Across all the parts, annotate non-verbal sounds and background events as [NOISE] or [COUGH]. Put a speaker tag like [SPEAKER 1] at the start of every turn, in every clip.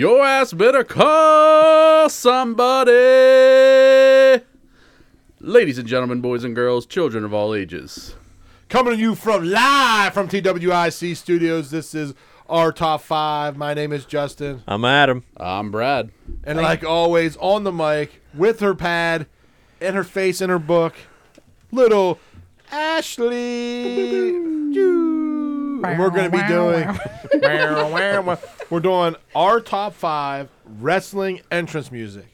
[SPEAKER 1] better call somebody. Ladies and gentlemen, boys and girls, children of all ages.
[SPEAKER 2] Coming to you from live from TWIC Studios. This is our top five. My name is Justin,
[SPEAKER 3] I'm Adam.
[SPEAKER 1] I'm Brad.
[SPEAKER 2] and like always, on the mic with her pad and her face in her book, little Ashley. And we're going to be doing. we're doing our top five wrestling entrance music.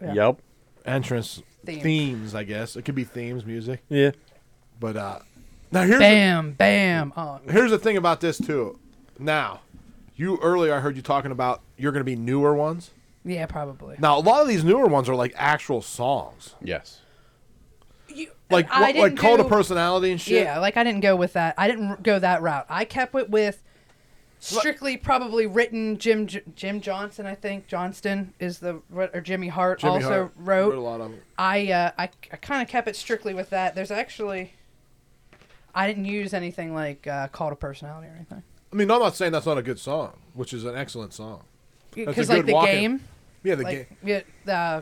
[SPEAKER 3] Yep.
[SPEAKER 2] Entrance
[SPEAKER 4] Themes.
[SPEAKER 2] themes, I guess. It could be themes music,
[SPEAKER 3] Yeah.
[SPEAKER 2] but uh, now here's the-
[SPEAKER 4] Bam, bam. Oh,
[SPEAKER 2] here's the thing about this too. Now, you earlier I heard you talking about you're going to be newer ones.
[SPEAKER 4] yeah, probably.
[SPEAKER 2] Now a lot of these newer ones are like actual songs,
[SPEAKER 1] Yes.
[SPEAKER 4] You-
[SPEAKER 2] like
[SPEAKER 4] I
[SPEAKER 2] what- like
[SPEAKER 4] didn't
[SPEAKER 2] call to
[SPEAKER 4] do-
[SPEAKER 2] personality and shit.
[SPEAKER 4] Yeah, like I didn't go with that. I didn't r- go that route. I kept it with strictly probably written Jim J- Jim Johnson, I think. Johnston is the or Jimmy Hart
[SPEAKER 2] Jimmy
[SPEAKER 4] also
[SPEAKER 2] Hart
[SPEAKER 4] wrote.
[SPEAKER 2] a lot of 'em.
[SPEAKER 4] I uh, I, I kind of kept it strictly with that. There's actually I didn't use anything like uh, call to personality or anything.
[SPEAKER 2] I mean, I'm not saying that's not a good song, which is an excellent song. a
[SPEAKER 4] Because
[SPEAKER 2] good
[SPEAKER 4] like the
[SPEAKER 2] walk-in.
[SPEAKER 4] game,
[SPEAKER 2] Yeah, the
[SPEAKER 4] like
[SPEAKER 2] game.
[SPEAKER 4] yeah, the uh,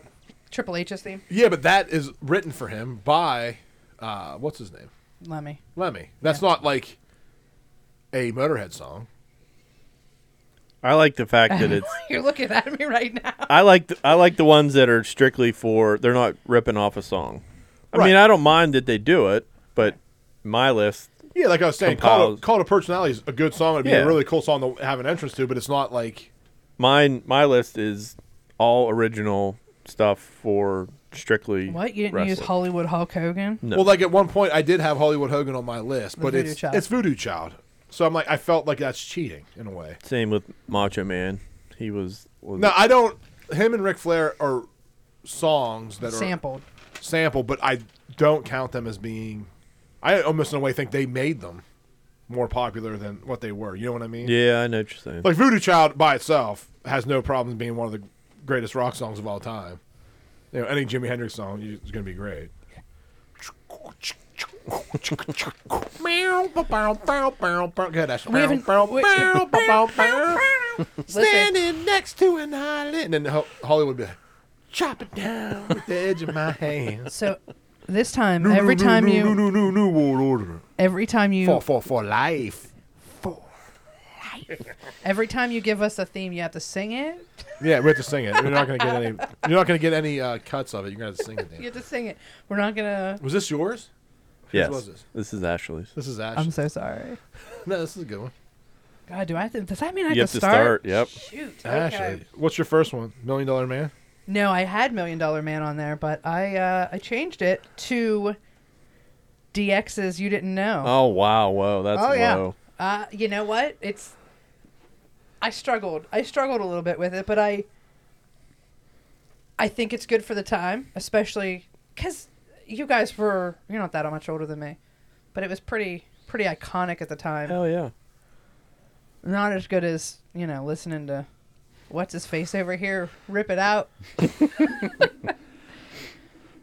[SPEAKER 4] Triple H's theme,
[SPEAKER 2] Yeah, but that is written for him by uh, what's his name,
[SPEAKER 4] Lemmy.
[SPEAKER 2] Lemmy. That's not like a Motorhead song.
[SPEAKER 3] I like the fact that it's.
[SPEAKER 4] You're looking at me right now.
[SPEAKER 3] I like the, I like the ones that are strictly for they're not ripping off a song. I
[SPEAKER 2] Right.
[SPEAKER 3] mean, I don't mind that they do it, but my list.
[SPEAKER 2] Yeah, like I was saying, call to,
[SPEAKER 3] Compiles.
[SPEAKER 2] call to personality is a good song. It'd be
[SPEAKER 3] Yeah.
[SPEAKER 2] a really cool song to have an entrance to, but it's not like
[SPEAKER 3] Mine my list is all original stuff for strictly
[SPEAKER 4] What you didn't use
[SPEAKER 3] wrestling.
[SPEAKER 4] Hollywood Hulk Hogan?
[SPEAKER 3] No.
[SPEAKER 2] Well, like at one point, I did have Hollywood Hogan on my list, but
[SPEAKER 4] Voodoo
[SPEAKER 2] it's
[SPEAKER 4] Child.
[SPEAKER 2] it's Voodoo Child. So I'm like, I felt like that's cheating in a way.
[SPEAKER 3] Same with Macho Man. He was, was
[SPEAKER 2] No, I don't. Him and Ric Flair are songs that
[SPEAKER 4] Sampled.
[SPEAKER 2] are sample, but I don't count them as being. I almost in a way think they made them more popular than what they were. You know what I mean?
[SPEAKER 3] Yeah, I know what you're saying.
[SPEAKER 2] Like Voodoo Child by itself has no problems being one of the greatest rock songs of all time. You know, any Jimi Hendrix song you- is going to be great.
[SPEAKER 4] We haven't- we- [LAUGHS]
[SPEAKER 2] Standing next to an island, and then Ho- Hollywood would be like, chop it down with the edge of my hands.
[SPEAKER 4] So this time, every time
[SPEAKER 2] new, new, new,
[SPEAKER 4] you,
[SPEAKER 2] new, new world order
[SPEAKER 4] every time
[SPEAKER 2] for
[SPEAKER 4] you,
[SPEAKER 2] for for life.
[SPEAKER 4] every time you give us a theme, you have to sing it. [LAUGHS]
[SPEAKER 2] Yeah, we have to sing it. You're not gonna get any. You're not gonna get any uh, cuts of it. You're gonna have to sing it.
[SPEAKER 4] You
[SPEAKER 2] Dan.
[SPEAKER 4] [LAUGHS] have to sing it. We're not gonna.
[SPEAKER 2] Was this yours?
[SPEAKER 3] yes,
[SPEAKER 2] was this?
[SPEAKER 3] is Ashley's.
[SPEAKER 2] This is Ash.
[SPEAKER 4] I'm so sorry.
[SPEAKER 2] No, this is a good one.
[SPEAKER 4] God, do I have to? Does that mean I
[SPEAKER 3] You have
[SPEAKER 4] have
[SPEAKER 3] to
[SPEAKER 4] to
[SPEAKER 3] start. Yep.
[SPEAKER 4] Shoot. Okay.
[SPEAKER 2] Ashley, what's your first one? Million Dollar Man.
[SPEAKER 4] No, I had Million Dollar Man on there, but I uh, I changed it to DX's. You didn't know.
[SPEAKER 3] Oh wow, whoa, that's
[SPEAKER 4] Oh, yeah.
[SPEAKER 3] low.
[SPEAKER 4] Uh, you know what? It's. I struggled. I struggled a little bit with it, but I. I think it's good for the time, especially because you guys were you're not that much older than me, but it was pretty pretty iconic at the time.
[SPEAKER 3] Hell yeah.
[SPEAKER 4] Not as good as you know listening to, what's his face over here rip it out.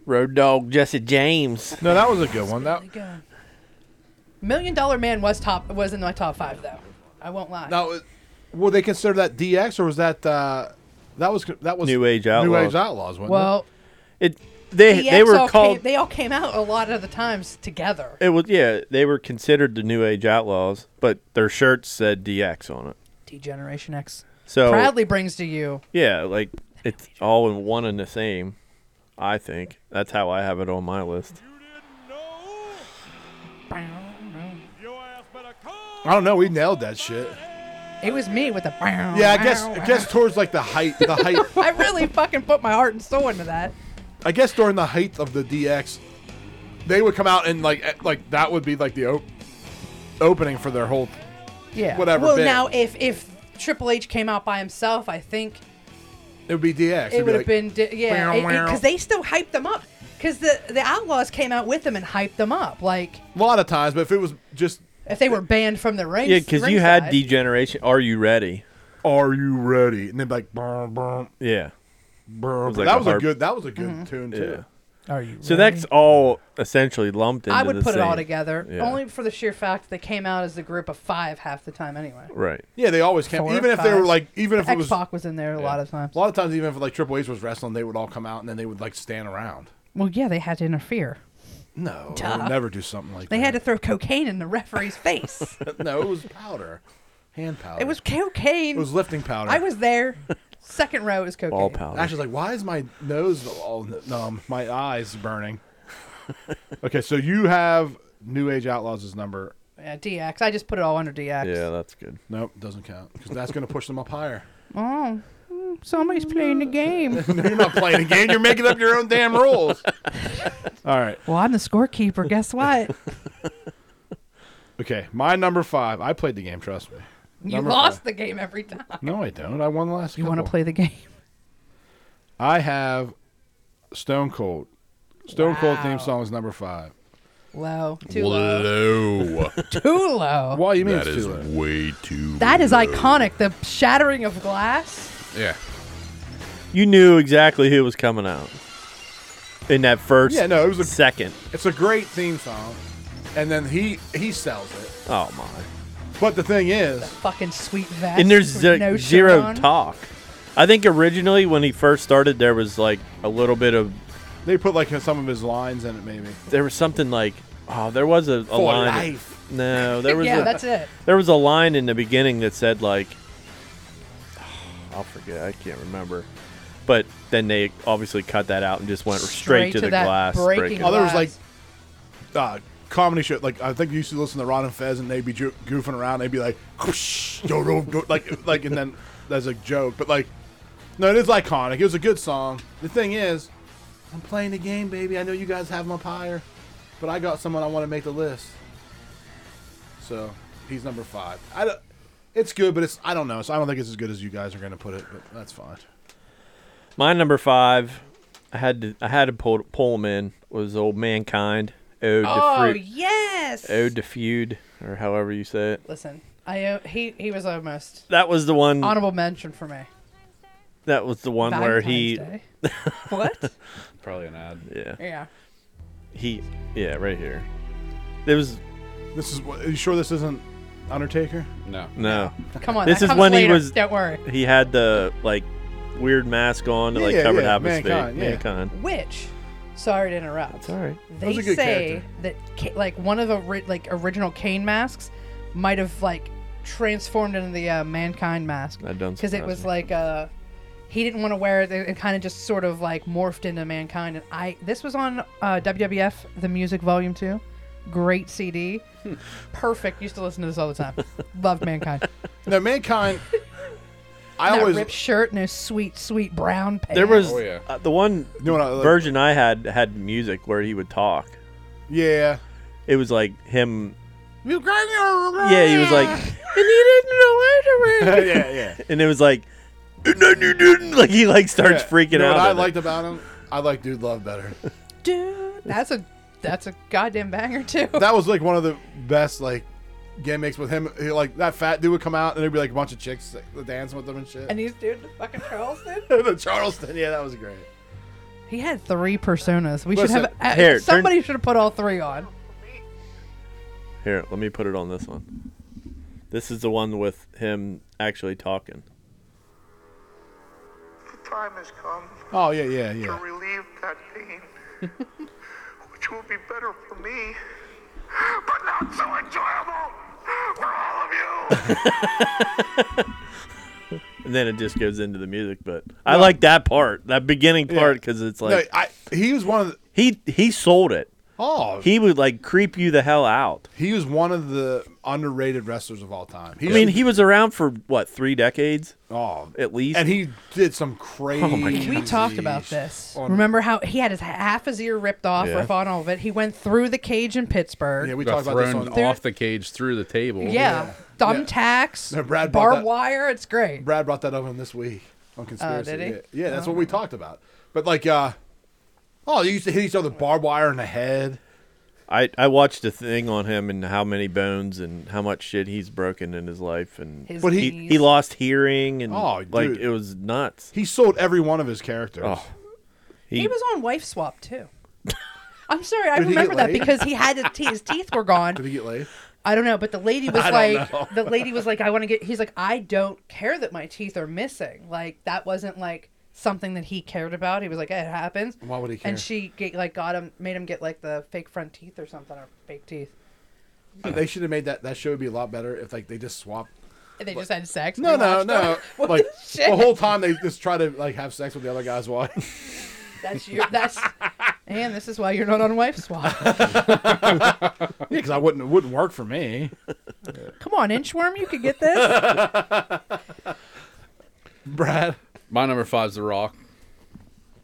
[SPEAKER 3] Road Dog Jesse James.
[SPEAKER 2] No, that was a good one. That
[SPEAKER 4] Really good. Million Dollar Man was top was in my top five though. I won't lie.
[SPEAKER 2] now, it- were they consider that DX or was that uh, that was that was
[SPEAKER 3] New Age
[SPEAKER 2] New
[SPEAKER 3] Outlaws.
[SPEAKER 2] Age Outlaws? Wasn't
[SPEAKER 4] well,
[SPEAKER 3] It they
[SPEAKER 4] DX
[SPEAKER 3] they were
[SPEAKER 4] all
[SPEAKER 3] called
[SPEAKER 4] Came, they all came out a lot of the times together.
[SPEAKER 3] it was yeah, they were considered the New Age Outlaws, but their shirts said DX on it.
[SPEAKER 4] Degeneration X
[SPEAKER 3] So
[SPEAKER 4] proudly brings to you.
[SPEAKER 3] yeah, like it's all in one and the same. I think that's how I have it on my list.
[SPEAKER 2] it? I don't know. We nailed that shit.
[SPEAKER 4] It was me with the.
[SPEAKER 2] Yeah, I
[SPEAKER 4] [LAUGHS]
[SPEAKER 2] guess I guess towards like the height, the height.
[SPEAKER 4] I really fucking put my heart and soul into that.
[SPEAKER 2] I guess during the height of the DX, they would come out and like eh, like that would be like the op- opening for their whole.
[SPEAKER 4] Yeah.
[SPEAKER 2] Whatever
[SPEAKER 4] Well,
[SPEAKER 2] bit.
[SPEAKER 4] now if if Triple H came out by himself, I think
[SPEAKER 2] It would be DX.
[SPEAKER 4] it
[SPEAKER 2] It'd be
[SPEAKER 4] would have
[SPEAKER 2] like-
[SPEAKER 4] been di- yeah, because they still hyped them up. Because the the Outlaws came out with them and hyped them up. Like
[SPEAKER 2] a lot of times, but if it was just
[SPEAKER 4] if they were banned from the ring.
[SPEAKER 3] Yeah, because you had
[SPEAKER 4] ringside.
[SPEAKER 3] Degeneration. Are you ready?
[SPEAKER 2] "Are you ready?" and then like, burr, burr,
[SPEAKER 3] Yeah,
[SPEAKER 2] burr.
[SPEAKER 3] was like
[SPEAKER 2] that
[SPEAKER 3] a
[SPEAKER 2] was a
[SPEAKER 3] hard-
[SPEAKER 4] Mm-hmm.
[SPEAKER 2] good that was a good tune too.
[SPEAKER 3] yeah.
[SPEAKER 5] Are you
[SPEAKER 3] So
[SPEAKER 5] ready?
[SPEAKER 3] that's all essentially lumped into
[SPEAKER 4] I would
[SPEAKER 3] the
[SPEAKER 4] put it all
[SPEAKER 3] same-
[SPEAKER 4] together
[SPEAKER 3] Yeah.
[SPEAKER 4] only for the sheer fact they came out as a group of five half the time anyway.
[SPEAKER 3] Right.
[SPEAKER 2] Yeah, they always came.
[SPEAKER 4] Four,
[SPEAKER 2] Even if they were
[SPEAKER 4] five.
[SPEAKER 2] like, even if it
[SPEAKER 4] X
[SPEAKER 2] was
[SPEAKER 4] Pac was in there a lot of times.
[SPEAKER 2] a lot of times, even if like Triple H was wrestling, they would all come out and then they would like stand around.
[SPEAKER 4] Well, yeah, they had to interfere.
[SPEAKER 2] No, they
[SPEAKER 4] Duh.
[SPEAKER 2] would never do something like
[SPEAKER 4] They
[SPEAKER 2] that.
[SPEAKER 4] had to throw cocaine in the referee's
[SPEAKER 3] [LAUGHS]
[SPEAKER 4] face.
[SPEAKER 2] had to. [LAUGHS] no, it was powder, hand powder.
[SPEAKER 4] it was cocaine.
[SPEAKER 2] It was lifting powder.
[SPEAKER 4] I was there. Second row is cocaine.
[SPEAKER 3] All powder.
[SPEAKER 2] Actually, like, why is my nose all n- numb? My eyes burning. [LAUGHS] okay, so you have New Age Outlaws' number.
[SPEAKER 4] Yeah, DX. I just put it all under DX.
[SPEAKER 3] Yeah, that's good.
[SPEAKER 2] Nope, doesn't count because that's going to push them up higher.
[SPEAKER 4] Oh, mm, somebody's playing the
[SPEAKER 3] [LAUGHS]
[SPEAKER 4] game.
[SPEAKER 2] No, [LAUGHS] you're not playing a game. You're making up your own damn rules. [LAUGHS] All right.
[SPEAKER 4] well, I'm the scorekeeper. Guess
[SPEAKER 3] [LAUGHS]
[SPEAKER 4] what?
[SPEAKER 2] Okay, my number five. I played the game. Trust me.
[SPEAKER 4] You
[SPEAKER 2] Number
[SPEAKER 4] lost
[SPEAKER 2] five.
[SPEAKER 4] the game every
[SPEAKER 3] [LAUGHS]
[SPEAKER 4] time.
[SPEAKER 2] No, I don't. I won the last.
[SPEAKER 4] You want to
[SPEAKER 2] couple.
[SPEAKER 4] play the game?
[SPEAKER 2] I have Stone Cold. Stone Cold
[SPEAKER 4] Wow.
[SPEAKER 2] theme song is number five.
[SPEAKER 4] Low. Too low.
[SPEAKER 1] Low.
[SPEAKER 4] Too low.
[SPEAKER 2] Why you mean
[SPEAKER 1] that
[SPEAKER 2] it's
[SPEAKER 1] is
[SPEAKER 2] too low?
[SPEAKER 1] way too.
[SPEAKER 4] That is
[SPEAKER 1] low.
[SPEAKER 4] iconic. The shattering of glass.
[SPEAKER 1] Yeah.
[SPEAKER 3] You knew exactly who was coming out in that first.
[SPEAKER 2] Yeah, no, it was a-
[SPEAKER 3] second.
[SPEAKER 2] It's a great theme song, and then he he sells it.
[SPEAKER 3] Oh my!
[SPEAKER 2] But the thing is,
[SPEAKER 4] Fucking sweet vest.
[SPEAKER 3] And there's
[SPEAKER 4] with
[SPEAKER 3] ze-
[SPEAKER 4] no shirt
[SPEAKER 3] zero
[SPEAKER 4] on.
[SPEAKER 3] talk. I think originally when he first started, there was like a little bit of
[SPEAKER 2] They put like some of his lines in it, maybe.
[SPEAKER 3] there was something like oh there was a, a
[SPEAKER 2] For
[SPEAKER 3] line.
[SPEAKER 2] life.
[SPEAKER 4] [LAUGHS]
[SPEAKER 3] No, there was
[SPEAKER 4] yeah,
[SPEAKER 3] a,
[SPEAKER 4] that's it.
[SPEAKER 3] There was a line in the beginning that said like, [SIGHS] I'll forget. I can't remember. But then they obviously cut that out and just went straight,
[SPEAKER 4] Straight
[SPEAKER 3] to,
[SPEAKER 4] to
[SPEAKER 3] the
[SPEAKER 4] that
[SPEAKER 3] glass.
[SPEAKER 4] breaking
[SPEAKER 2] Oh, there was like uh,
[SPEAKER 4] Lies.
[SPEAKER 2] comedy show. Like I think you used to listen to Ron and Fez, and they'd be ju- goofing around. They'd be like, yo, yo, yo, like, like, and then that's a joke. But like, no, it is iconic. It was a good song. The thing is, I'm playing the game, baby. I know you guys have them up higher, but I got someone I want to make the list. So he's number five. I don't, it's good, but it's I don't know. So I don't think it's as good as you guys are going to put it, but that's fine.
[SPEAKER 3] My number five, I had to I had to pull pull him in was old mankind. Ode
[SPEAKER 4] Oh
[SPEAKER 3] to fruit. Oh,
[SPEAKER 4] yes.
[SPEAKER 3] Ode to feud or however you say it.
[SPEAKER 4] Listen, I uh, he he was almost
[SPEAKER 3] That was the one.
[SPEAKER 4] honorable mention for me.
[SPEAKER 3] that was the one where he.
[SPEAKER 4] Valentine's Day.
[SPEAKER 3] [LAUGHS]
[SPEAKER 4] what?
[SPEAKER 1] Probably an ad.
[SPEAKER 3] Yeah.
[SPEAKER 4] Yeah.
[SPEAKER 3] He. Yeah. Right here. It was
[SPEAKER 2] This is. what- Are you sure this isn't Undertaker?
[SPEAKER 1] No.
[SPEAKER 3] no.
[SPEAKER 4] Come on.
[SPEAKER 3] This
[SPEAKER 4] that
[SPEAKER 3] is
[SPEAKER 4] comes
[SPEAKER 3] when he
[SPEAKER 4] later.
[SPEAKER 3] was-
[SPEAKER 4] Don't worry.
[SPEAKER 3] He had the like weird mask on that like
[SPEAKER 2] Yeah,
[SPEAKER 3] covered
[SPEAKER 2] yeah,
[SPEAKER 3] half his face.
[SPEAKER 2] Mankind, yeah.
[SPEAKER 3] Mankind.
[SPEAKER 4] Which, sorry to interrupt.
[SPEAKER 3] It's all right.
[SPEAKER 4] They
[SPEAKER 2] was a good
[SPEAKER 4] say
[SPEAKER 2] character.
[SPEAKER 4] that ca- like one of the ri- like original Kane masks might have like transformed into the uh, mankind mask
[SPEAKER 3] That don't
[SPEAKER 4] because it
[SPEAKER 3] surprise
[SPEAKER 4] was
[SPEAKER 3] me.
[SPEAKER 4] like uh he didn't want to wear it. It kind of just sort of like morphed into mankind. And I this was on uh, WWF The Music Volume Two, great
[SPEAKER 3] [LAUGHS]
[SPEAKER 4] CD, perfect. Used to listen to this all the time. Loved mankind.
[SPEAKER 2] No,
[SPEAKER 4] [LAUGHS]
[SPEAKER 2] mankind. I
[SPEAKER 4] that
[SPEAKER 2] always
[SPEAKER 4] ripped shirt and his sweet sweet brown pants.
[SPEAKER 3] There was
[SPEAKER 1] Oh, yeah.
[SPEAKER 3] uh, the one
[SPEAKER 2] You know what I like-
[SPEAKER 3] version I had had music where he would talk.
[SPEAKER 2] yeah.
[SPEAKER 3] It was like him.
[SPEAKER 2] You yeah,
[SPEAKER 3] Yeah, he was like, and [LAUGHS] you didn't know where to
[SPEAKER 2] yeah, yeah.
[SPEAKER 3] [LAUGHS] And it was like, [LAUGHS] and then you didn't. Like he like starts
[SPEAKER 2] Yeah.
[SPEAKER 3] freaking
[SPEAKER 2] You know
[SPEAKER 3] out.
[SPEAKER 2] What I
[SPEAKER 3] at it.
[SPEAKER 2] liked about him, I like Dude Love better.
[SPEAKER 4] [LAUGHS] dude. That's a that's a goddamn banger too. [LAUGHS]
[SPEAKER 2] That was like one of the best like gimmicks with him. He, like that fat dude would come out and there'd be like a bunch of chicks like, dancing with him and shit.
[SPEAKER 4] and he's doing the fucking Charleston.
[SPEAKER 2] [LAUGHS] the Charleston, yeah, that was great.
[SPEAKER 4] He had three personas. We
[SPEAKER 2] Listen,
[SPEAKER 4] should have. Uh,
[SPEAKER 3] here, turn-
[SPEAKER 4] somebody should have put all three on.
[SPEAKER 3] Here, let me put it on this one. This is the one with him actually talking.
[SPEAKER 6] The time has come
[SPEAKER 2] Oh yeah, yeah,
[SPEAKER 6] to
[SPEAKER 2] yeah.
[SPEAKER 6] relieve that pain, which will be better for me, but not so enjoyable for all of you.
[SPEAKER 3] And then it just goes into the music, but I like that part, that beginning part, because it's
[SPEAKER 2] No,
[SPEAKER 3] like
[SPEAKER 2] I he was one of the,
[SPEAKER 3] he he sold it.
[SPEAKER 2] oh he,
[SPEAKER 3] He would like creep you the hell out.
[SPEAKER 2] was one of the underrated wrestlers of all time. He
[SPEAKER 3] I mean, he was around for what three decades
[SPEAKER 2] oh
[SPEAKER 3] at least. Oh
[SPEAKER 2] and he did some crazy.
[SPEAKER 4] We talked about this.
[SPEAKER 2] On-
[SPEAKER 4] Remember how he had his half his ear ripped off
[SPEAKER 3] Yeah.
[SPEAKER 4] with all of it? He went through the cage in Pittsburgh.
[SPEAKER 2] Yeah, we
[SPEAKER 1] Got
[SPEAKER 2] talked about this
[SPEAKER 1] thrown
[SPEAKER 2] on
[SPEAKER 1] off the cage through the table.
[SPEAKER 4] Yeah,
[SPEAKER 2] Yeah.
[SPEAKER 4] thumbtacks,
[SPEAKER 2] No, Brad bought
[SPEAKER 4] barbed
[SPEAKER 2] that-
[SPEAKER 4] wire. It's great.
[SPEAKER 2] Brad brought that up on this week on conspiracy.
[SPEAKER 4] Oh, did he? Oh.
[SPEAKER 2] Yeah, yeah, that's what we talked about. But like, uh, oh, they used to hit each other with barbed wire in the head.
[SPEAKER 3] I, I watched a thing on him and how many bones and how much shit he's broken in his life and
[SPEAKER 4] His
[SPEAKER 2] But
[SPEAKER 3] he,
[SPEAKER 4] knees.
[SPEAKER 3] he lost hearing and
[SPEAKER 2] Oh,
[SPEAKER 3] like
[SPEAKER 2] dude.
[SPEAKER 3] it was nuts.
[SPEAKER 2] He sold every one of his characters.
[SPEAKER 3] Oh,
[SPEAKER 2] [LAUGHS]
[SPEAKER 4] He was on Wife Swap too. I'm sorry, I
[SPEAKER 2] Did he get
[SPEAKER 4] remember that
[SPEAKER 2] laid?
[SPEAKER 4] because he had his, te- his teeth were gone.
[SPEAKER 2] Did he get laid?
[SPEAKER 4] I don't know, but
[SPEAKER 2] [LAUGHS]
[SPEAKER 4] the lady was
[SPEAKER 2] I
[SPEAKER 4] like,
[SPEAKER 2] don't know.
[SPEAKER 4] the lady was like, I want to get. He's like, I don't care that my teeth are missing. Like that wasn't like something that he cared about. He was like, "Eh, it happens.
[SPEAKER 2] Why would he care?
[SPEAKER 4] And she get, like got him, made him get like the fake front teeth or something or fake teeth.
[SPEAKER 2] Uh, They should have made that. That show would be a lot better if like they just swapped.
[SPEAKER 4] And they just had sex.
[SPEAKER 2] No,
[SPEAKER 4] We
[SPEAKER 2] no,
[SPEAKER 4] watched
[SPEAKER 2] no.
[SPEAKER 4] it. What
[SPEAKER 2] Like
[SPEAKER 4] the shit?
[SPEAKER 2] the whole time they just try to like have sex with the other guy's wife.
[SPEAKER 4] [LAUGHS] That's your. That's. and this is why you're not on wife swap.
[SPEAKER 2] [LAUGHS] yeah, because I wouldn't. It wouldn't work for me.
[SPEAKER 4] Come on, inchworm, you could
[SPEAKER 2] [LAUGHS]
[SPEAKER 4] get this.
[SPEAKER 2] Brad,
[SPEAKER 1] My number five's The Rock.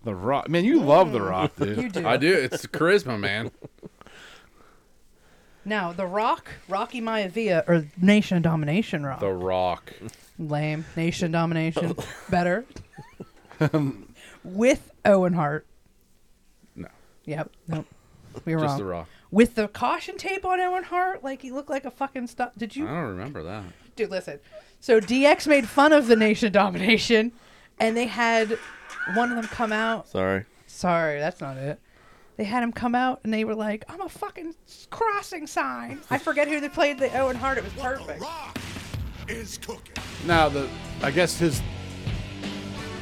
[SPEAKER 2] The Rock. Man, you love The Rock, dude.
[SPEAKER 4] You do.
[SPEAKER 1] I do. It's the charisma, man.
[SPEAKER 4] Now, The Rock, Rocky Maivia, or Nation Domination Rock.
[SPEAKER 1] The Rock.
[SPEAKER 4] Lame. Nation Domination. [LAUGHS] Better. With Owen Hart.
[SPEAKER 1] No,
[SPEAKER 4] Yep. Nope. We were
[SPEAKER 1] just
[SPEAKER 4] wrong.
[SPEAKER 1] The Rock.
[SPEAKER 4] With the caution tape on Owen Hart, like he looked like a fucking stuff. Did
[SPEAKER 1] I
[SPEAKER 4] you,
[SPEAKER 1] don't remember that.
[SPEAKER 4] dude? Listen. So DX made fun of the Nation Domination, and they had one of them come out
[SPEAKER 3] Sorry.
[SPEAKER 4] Sorry, that's not it. They had him come out and they were like, I'm a fucking s- crossing sign. I forget who they played the Owen Hart. It was perfect.
[SPEAKER 5] Rock is cooking.
[SPEAKER 2] Now the, I guess his.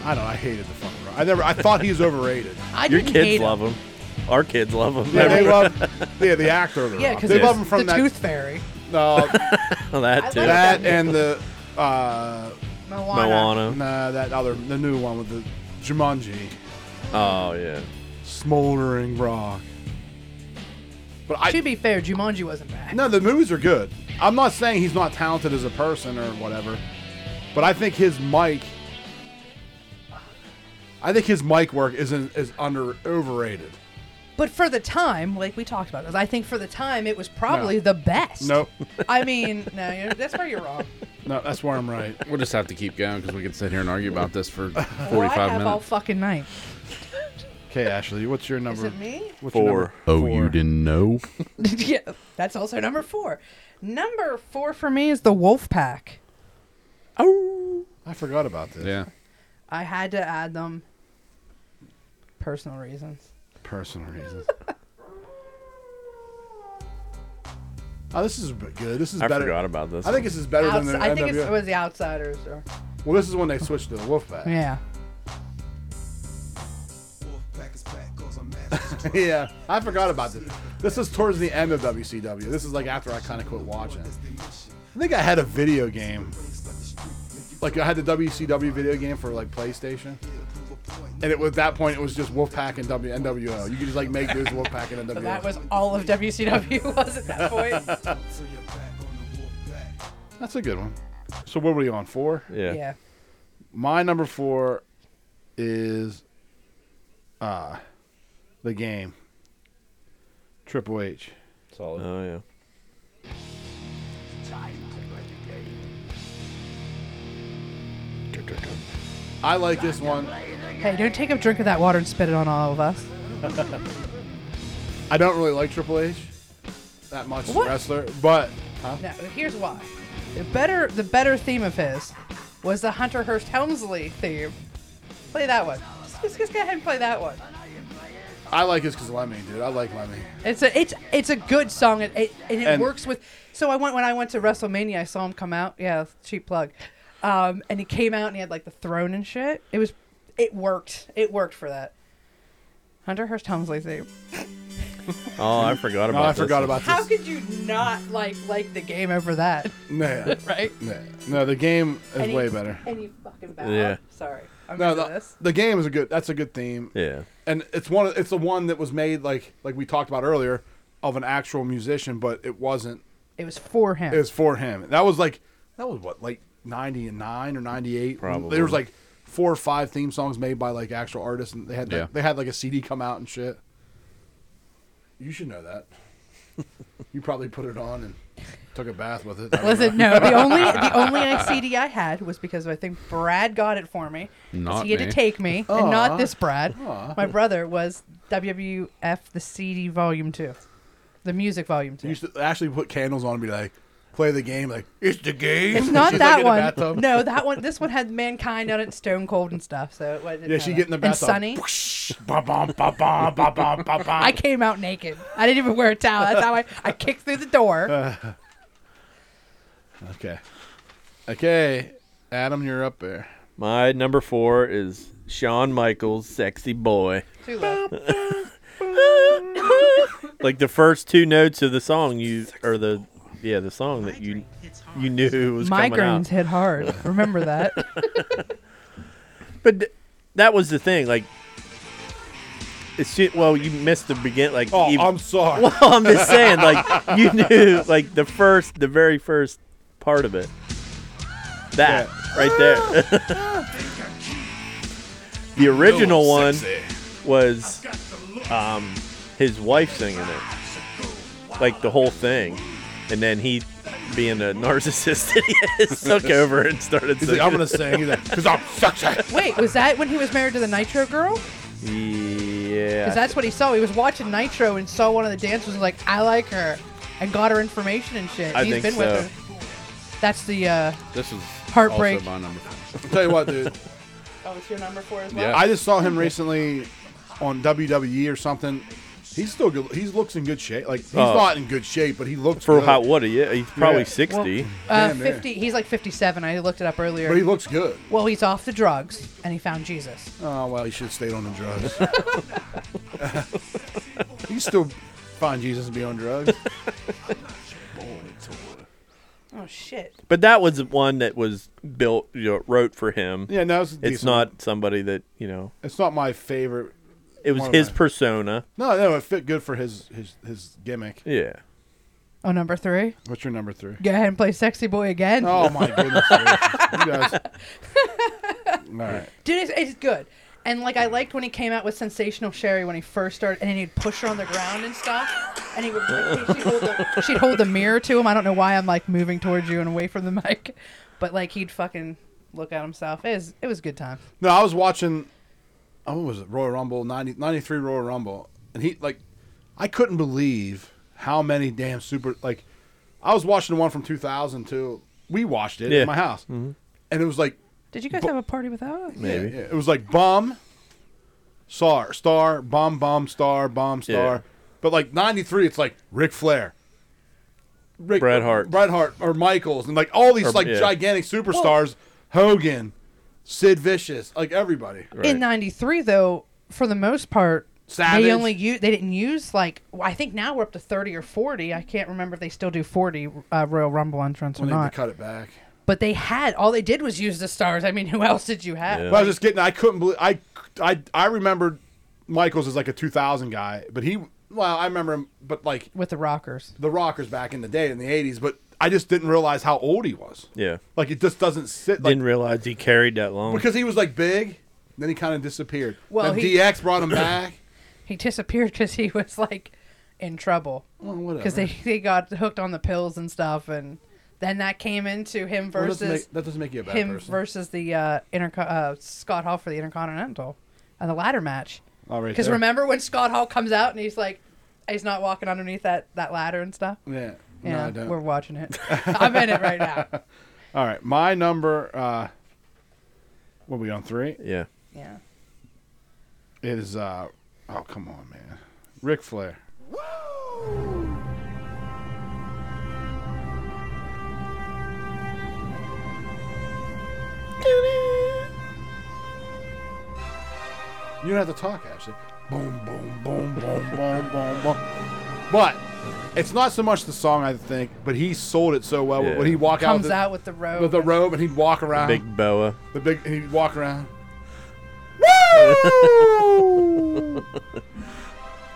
[SPEAKER 2] I don't. know. I hated the fucking Rock. I never. I thought he was
[SPEAKER 4] [LAUGHS]
[SPEAKER 2] overrated.
[SPEAKER 4] I
[SPEAKER 3] Your
[SPEAKER 4] didn't
[SPEAKER 3] kids
[SPEAKER 4] hate
[SPEAKER 3] love
[SPEAKER 4] him.
[SPEAKER 3] him. Our kids love him. [LAUGHS]
[SPEAKER 2] Yeah, they love. Yeah, the actor. Of the
[SPEAKER 4] Yeah,
[SPEAKER 2] Rock.
[SPEAKER 4] because
[SPEAKER 2] they love him
[SPEAKER 4] the
[SPEAKER 2] from that.
[SPEAKER 4] Tooth Fairy.
[SPEAKER 2] No,
[SPEAKER 4] [LAUGHS]
[SPEAKER 3] Oh, that too.
[SPEAKER 4] love
[SPEAKER 2] that and the. Uh,
[SPEAKER 4] Moana.
[SPEAKER 3] Moana.
[SPEAKER 2] nah, that other, the new one with the Jumanji,
[SPEAKER 3] Oh yeah.
[SPEAKER 2] smoldering rock. But I.
[SPEAKER 4] To be fair, Jumanji wasn't bad.
[SPEAKER 2] No, the movies are good. I'm not saying he's not talented as a person or whatever, but I think his mic. I think his mic work isn't is under overrated.
[SPEAKER 4] But for the time, like we talked about this, I think for the time it was probably the best.
[SPEAKER 2] No,
[SPEAKER 4] I mean, no, you're, that's where you're [LAUGHS] wrong.
[SPEAKER 2] no, that's where I'm right.
[SPEAKER 1] We'll just have to keep going because we can sit here and argue about this
[SPEAKER 4] [LAUGHS]
[SPEAKER 1] for
[SPEAKER 4] Well, I
[SPEAKER 1] 45
[SPEAKER 4] have all
[SPEAKER 1] minutes.
[SPEAKER 4] fucking night.
[SPEAKER 2] Okay, Ashley, what's your number?
[SPEAKER 4] Is it me?
[SPEAKER 2] What's your
[SPEAKER 3] Four.
[SPEAKER 2] number?
[SPEAKER 1] oh, you didn't know?
[SPEAKER 4] [LAUGHS] yeah, that's also number four. Number four for me is the Wolf Pack.
[SPEAKER 2] I forgot about this.
[SPEAKER 1] Yeah.
[SPEAKER 4] I had to add them. Personal reasons.
[SPEAKER 2] Personal reasons. oh, this is b- good. This is
[SPEAKER 3] I
[SPEAKER 2] better.
[SPEAKER 3] forgot about this.
[SPEAKER 2] I think
[SPEAKER 3] one.
[SPEAKER 2] this is better
[SPEAKER 4] Outs-
[SPEAKER 2] than the
[SPEAKER 4] I think it's,
[SPEAKER 2] NWA.
[SPEAKER 4] it was the Outsiders. Or,
[SPEAKER 2] well, this is when they switched to the Wolfpack.
[SPEAKER 4] yeah.
[SPEAKER 5] Wolf pack is back cause I'm mad.
[SPEAKER 2] [LAUGHS] Yeah, I forgot about this. This is towards the end of WCW. This is like after I kind of quit watching. I think I had a video game. Like I had the WCW video game for like PlayStation, and it was at that point it was just Wolfpack and W NWO. You could just like make this Wolfpack and NWO.
[SPEAKER 4] [LAUGHS] So that was all of WCW [LAUGHS] was at that point.
[SPEAKER 2] That's a good one. So what were you on four?
[SPEAKER 3] yeah.
[SPEAKER 4] yeah.
[SPEAKER 2] My number four is uh the game. Triple H.
[SPEAKER 1] Solid.
[SPEAKER 3] Oh yeah.
[SPEAKER 2] I like this one.
[SPEAKER 4] Hey, don't take a drink of that water and spit it on all of us.
[SPEAKER 2] I don't really like Triple H that much as a
[SPEAKER 4] What?
[SPEAKER 2] wrestler, but huh?
[SPEAKER 4] Now, here's why. The better, the better theme of his was the Hunter Hearst Helmsley theme. Play that one. Just, just, just go ahead and play that one.
[SPEAKER 2] I like his because Lemmy, dude. I like Lemmy.
[SPEAKER 4] It's a it's it's a good song and it, and it
[SPEAKER 2] And-
[SPEAKER 4] works with. So I went when I went to WrestleMania, I saw him come out. Yeah, cheap plug. Um, and he came out and he had like the throne and shit. It was it worked. It worked for that. Hunter Hearst Helmsley theme.
[SPEAKER 3] Oh, I forgot
[SPEAKER 2] No,
[SPEAKER 3] about.
[SPEAKER 2] I
[SPEAKER 3] this
[SPEAKER 2] forgot
[SPEAKER 3] one.
[SPEAKER 2] about
[SPEAKER 4] How
[SPEAKER 2] this.
[SPEAKER 4] could you not like like the game over that?
[SPEAKER 2] Nah,
[SPEAKER 4] Right.
[SPEAKER 2] nah. No, the game is
[SPEAKER 4] And he-
[SPEAKER 2] way
[SPEAKER 4] [LAUGHS]
[SPEAKER 2] better.
[SPEAKER 4] And you fucking bad.
[SPEAKER 3] Yeah.
[SPEAKER 4] Sorry. I'm
[SPEAKER 2] No,
[SPEAKER 4] into
[SPEAKER 2] the,
[SPEAKER 4] this.
[SPEAKER 2] the game is a good. That's a good theme,
[SPEAKER 3] Yeah.
[SPEAKER 2] and it's one. It's the one that was made like like we talked about earlier of an actual musician, but it wasn't.
[SPEAKER 4] It was for him.
[SPEAKER 2] It was for him. That was like that was what like ninety and nine or ninety eight.
[SPEAKER 3] Probably.
[SPEAKER 2] there was like four or five theme songs made by like actual artists, and they had like,
[SPEAKER 1] Yeah.
[SPEAKER 2] they had like a CD come out and shit. You should know that. you probably put it on and took a bath with it. I don't know.
[SPEAKER 4] Listen, no. [LAUGHS] The only the only CD I had was because I think Brad got it for me. 'cause
[SPEAKER 1] Not
[SPEAKER 4] he had
[SPEAKER 1] me.
[SPEAKER 4] to take me, and
[SPEAKER 2] Aw.
[SPEAKER 4] not this Brad. My brother was WWF the CD Volume Two, the music Volume
[SPEAKER 2] You
[SPEAKER 4] Two.
[SPEAKER 2] used to actually put candles on and be like, play the game like it's the game.
[SPEAKER 4] It's not
[SPEAKER 2] She's, like,
[SPEAKER 4] that
[SPEAKER 2] in a bathtub.
[SPEAKER 4] one. No, that one. This one had mankind on it, Stone Cold and stuff. So it wasn't.
[SPEAKER 2] Yeah, she get in the
[SPEAKER 4] and
[SPEAKER 2] bathtub.
[SPEAKER 4] Sunny.
[SPEAKER 2] Ba bum ba bum ba bum ba bum.
[SPEAKER 4] I came out naked. I didn't even wear a towel. That's how I, I kicked through the door.
[SPEAKER 2] Uh, Okay. Okay. Adam, you're up there.
[SPEAKER 3] My number four is Shawn Michaels, sexy boy.
[SPEAKER 4] Too low.
[SPEAKER 3] like the first two notes of the song, you or the yeah the song that you you knew was coming
[SPEAKER 4] Migraines
[SPEAKER 3] out.
[SPEAKER 4] hit hard. Remember that.
[SPEAKER 3] But th- that was the thing. Like it's ju- well, you missed the begin. Like
[SPEAKER 2] Oh,
[SPEAKER 3] even-
[SPEAKER 2] I'm sorry.
[SPEAKER 3] [LAUGHS] well, I'm just saying. Like you knew like the first, the very first part of it. That right there. [LAUGHS] the
[SPEAKER 1] Oh,
[SPEAKER 3] original one was um, his wife singing it, like the whole thing, and then he, being a [LAUGHS] narcissist, that he is, [LAUGHS] took over and started
[SPEAKER 2] He's
[SPEAKER 3] singing.
[SPEAKER 2] like, I'm gonna sing. He's like, cause I'm sexy.
[SPEAKER 4] Wait, was that when he was married to the Nitro girl?
[SPEAKER 3] yeah,
[SPEAKER 4] Because that's what he saw. He was watching Nitro and saw one of the dancers and was like, I like her. And got her information and shit.
[SPEAKER 3] I
[SPEAKER 4] He's
[SPEAKER 3] think
[SPEAKER 4] been
[SPEAKER 3] so.
[SPEAKER 4] with her. That's the, uh,
[SPEAKER 1] This is
[SPEAKER 4] Heartbreak.
[SPEAKER 1] Also my number. four.
[SPEAKER 2] Tell you what, dude.
[SPEAKER 4] oh, it's your number four as
[SPEAKER 1] well?
[SPEAKER 2] I just saw him recently on WWE or something. He's still good. He looks in good shape. Like he's
[SPEAKER 3] Oh.
[SPEAKER 2] not in good shape, but he looks
[SPEAKER 3] for
[SPEAKER 2] good.
[SPEAKER 3] hot water. Yeah, he's probably
[SPEAKER 2] Yeah.
[SPEAKER 3] sixty.
[SPEAKER 4] Uh,
[SPEAKER 2] Damn, yeah.
[SPEAKER 4] 50, he's like 57. I looked it up earlier.
[SPEAKER 2] But he looks good.
[SPEAKER 4] well, he's off the drugs and he found Jesus.
[SPEAKER 2] Oh well, he should have stayed on the drugs. [LAUGHS] he still find Jesus and be on drugs.
[SPEAKER 4] Oh, shit.
[SPEAKER 3] But that was one that was built, you know, wrote for him.
[SPEAKER 2] Yeah, no, it's, a
[SPEAKER 3] It's
[SPEAKER 2] decent one.
[SPEAKER 3] not somebody that you know.
[SPEAKER 2] It's not my favorite.
[SPEAKER 3] It was
[SPEAKER 2] One of
[SPEAKER 3] his
[SPEAKER 2] my-
[SPEAKER 3] persona.
[SPEAKER 2] No, no, it fit good for his his his gimmick.
[SPEAKER 3] Yeah.
[SPEAKER 4] Oh, number three?
[SPEAKER 2] What's your number three?
[SPEAKER 4] Go ahead and play Sexy Boy again.
[SPEAKER 2] Oh my goodness! gracious. you guys. All right.
[SPEAKER 4] Dude, it's, it's good. And like I liked when he came out with Sensational Sherry when he first started, and then he'd push her on the ground and stuff, and he would she'd
[SPEAKER 2] [LAUGHS]
[SPEAKER 4] hold, the, she'd hold the mirror to him. I don't know why I'm like moving towards you and away from the mic, but like he'd fucking look at himself. It was it was a good time.
[SPEAKER 2] No, I was watching. Oh, what was it Royal Rumble 90, 93 Royal Rumble, and he like, I couldn't believe how many damn super like. I was watching the one from two thousand two. We watched it
[SPEAKER 3] Yeah. Mm-hmm.
[SPEAKER 2] at my house, and it was like
[SPEAKER 4] Did you guys
[SPEAKER 2] Bu-
[SPEAKER 4] have a party without? us?
[SPEAKER 3] Maybe.
[SPEAKER 2] yeah, it was like bum, star, star, bomb, bomb, star, bomb, star.
[SPEAKER 3] Yeah.
[SPEAKER 2] But like ninety three, it's like Ric Flair. Rick,
[SPEAKER 3] Bret Hart.
[SPEAKER 2] Bret Hart, or Michaels, and like all these
[SPEAKER 3] Or-
[SPEAKER 2] like
[SPEAKER 3] yeah.
[SPEAKER 2] gigantic superstars, Hogan, Sid Vicious, like everybody.
[SPEAKER 3] Right.
[SPEAKER 4] In '93 though, for the most part,
[SPEAKER 2] Savage.
[SPEAKER 4] they only u- they didn't use like well, I think now we're up to 30 or 40. I can't remember if they still do 40 uh, Royal Rumble entrance or
[SPEAKER 2] When they
[SPEAKER 4] not.
[SPEAKER 2] cut it back.
[SPEAKER 4] But they had all they did was use the stars. I mean, who else did you have?
[SPEAKER 3] Yeah.
[SPEAKER 2] But I was just getting. I couldn't believe. I I I remembered Michaels as like a 2000 guy, but he. Well, I remember him, but like
[SPEAKER 4] with the rockers.
[SPEAKER 2] the Rockers back in the day in the 80s. But I just didn't realize how old he was.
[SPEAKER 3] Yeah.
[SPEAKER 2] Like it just doesn't sit. Like,
[SPEAKER 3] Didn't realize he carried that long.
[SPEAKER 2] because he was like big, then he kind of disappeared.
[SPEAKER 4] Well,
[SPEAKER 2] then
[SPEAKER 4] he-
[SPEAKER 2] DX brought him back. [COUGHS]
[SPEAKER 4] He disappeared [LAUGHS] because he was like in trouble
[SPEAKER 2] Well, whatever.
[SPEAKER 4] because they, they got hooked on the pills and stuff, and then that came into him
[SPEAKER 2] Well, that doesn't
[SPEAKER 4] versus
[SPEAKER 2] make- that doesn't make you a bad
[SPEAKER 4] him
[SPEAKER 2] person.
[SPEAKER 4] versus the uh, interco- uh, Scott Hall for the Intercontinental and the ladder match.
[SPEAKER 2] All Oh, right.
[SPEAKER 4] Because
[SPEAKER 2] there.
[SPEAKER 4] remember when Scott Hall comes out and he's like, he's not walking underneath that, that ladder and stuff.
[SPEAKER 2] Yeah.
[SPEAKER 4] Yeah,
[SPEAKER 2] no, I don't.
[SPEAKER 4] we're watching
[SPEAKER 2] [LAUGHS]
[SPEAKER 4] it. I'm in it right now.
[SPEAKER 2] All right, my number. uh What are we on three?
[SPEAKER 3] yeah.
[SPEAKER 4] Yeah.
[SPEAKER 2] It is. uh Oh come on, man. Ric Flair. You don't have to talk, actually. Boom, boom, boom, boom, boom, boom, boom. But it's not so much the song, I think, but he sold it so well.
[SPEAKER 3] Yeah.
[SPEAKER 2] When he walk
[SPEAKER 4] Comes
[SPEAKER 2] out
[SPEAKER 4] out with the robe.
[SPEAKER 2] with Oh, the, with the
[SPEAKER 4] and-
[SPEAKER 2] robe and he'd walk around.
[SPEAKER 3] Big boa.
[SPEAKER 2] The big, and he'd walk around.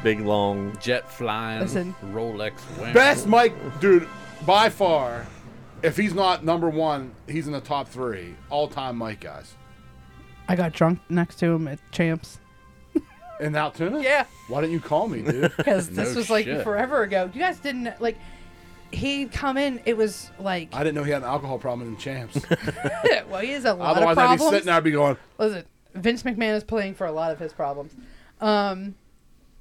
[SPEAKER 3] Big long.
[SPEAKER 1] Jet flying.
[SPEAKER 4] Listen.
[SPEAKER 1] Rolex wearing.
[SPEAKER 2] Best Mike, dude, by far. If he's not number one, he's in the top three all time Mike guys.
[SPEAKER 4] I got drunk next to him at Champs.
[SPEAKER 2] And out tuna?
[SPEAKER 4] Yeah.
[SPEAKER 2] Why didn't you call me, dude? [LAUGHS]
[SPEAKER 4] because this
[SPEAKER 1] No
[SPEAKER 4] was like
[SPEAKER 1] shit.
[SPEAKER 4] forever ago. You guys didn't like. He'd come in. It was like,
[SPEAKER 2] I didn't know he had an alcohol problem in the
[SPEAKER 4] [LAUGHS]
[SPEAKER 2] champs.
[SPEAKER 4] well, he has a lot of
[SPEAKER 2] Otherwise, I'd be
[SPEAKER 4] problems.
[SPEAKER 2] sitting there, I'd be going,
[SPEAKER 4] Listen, Vince McMahon is playing for a lot of his problems. Um,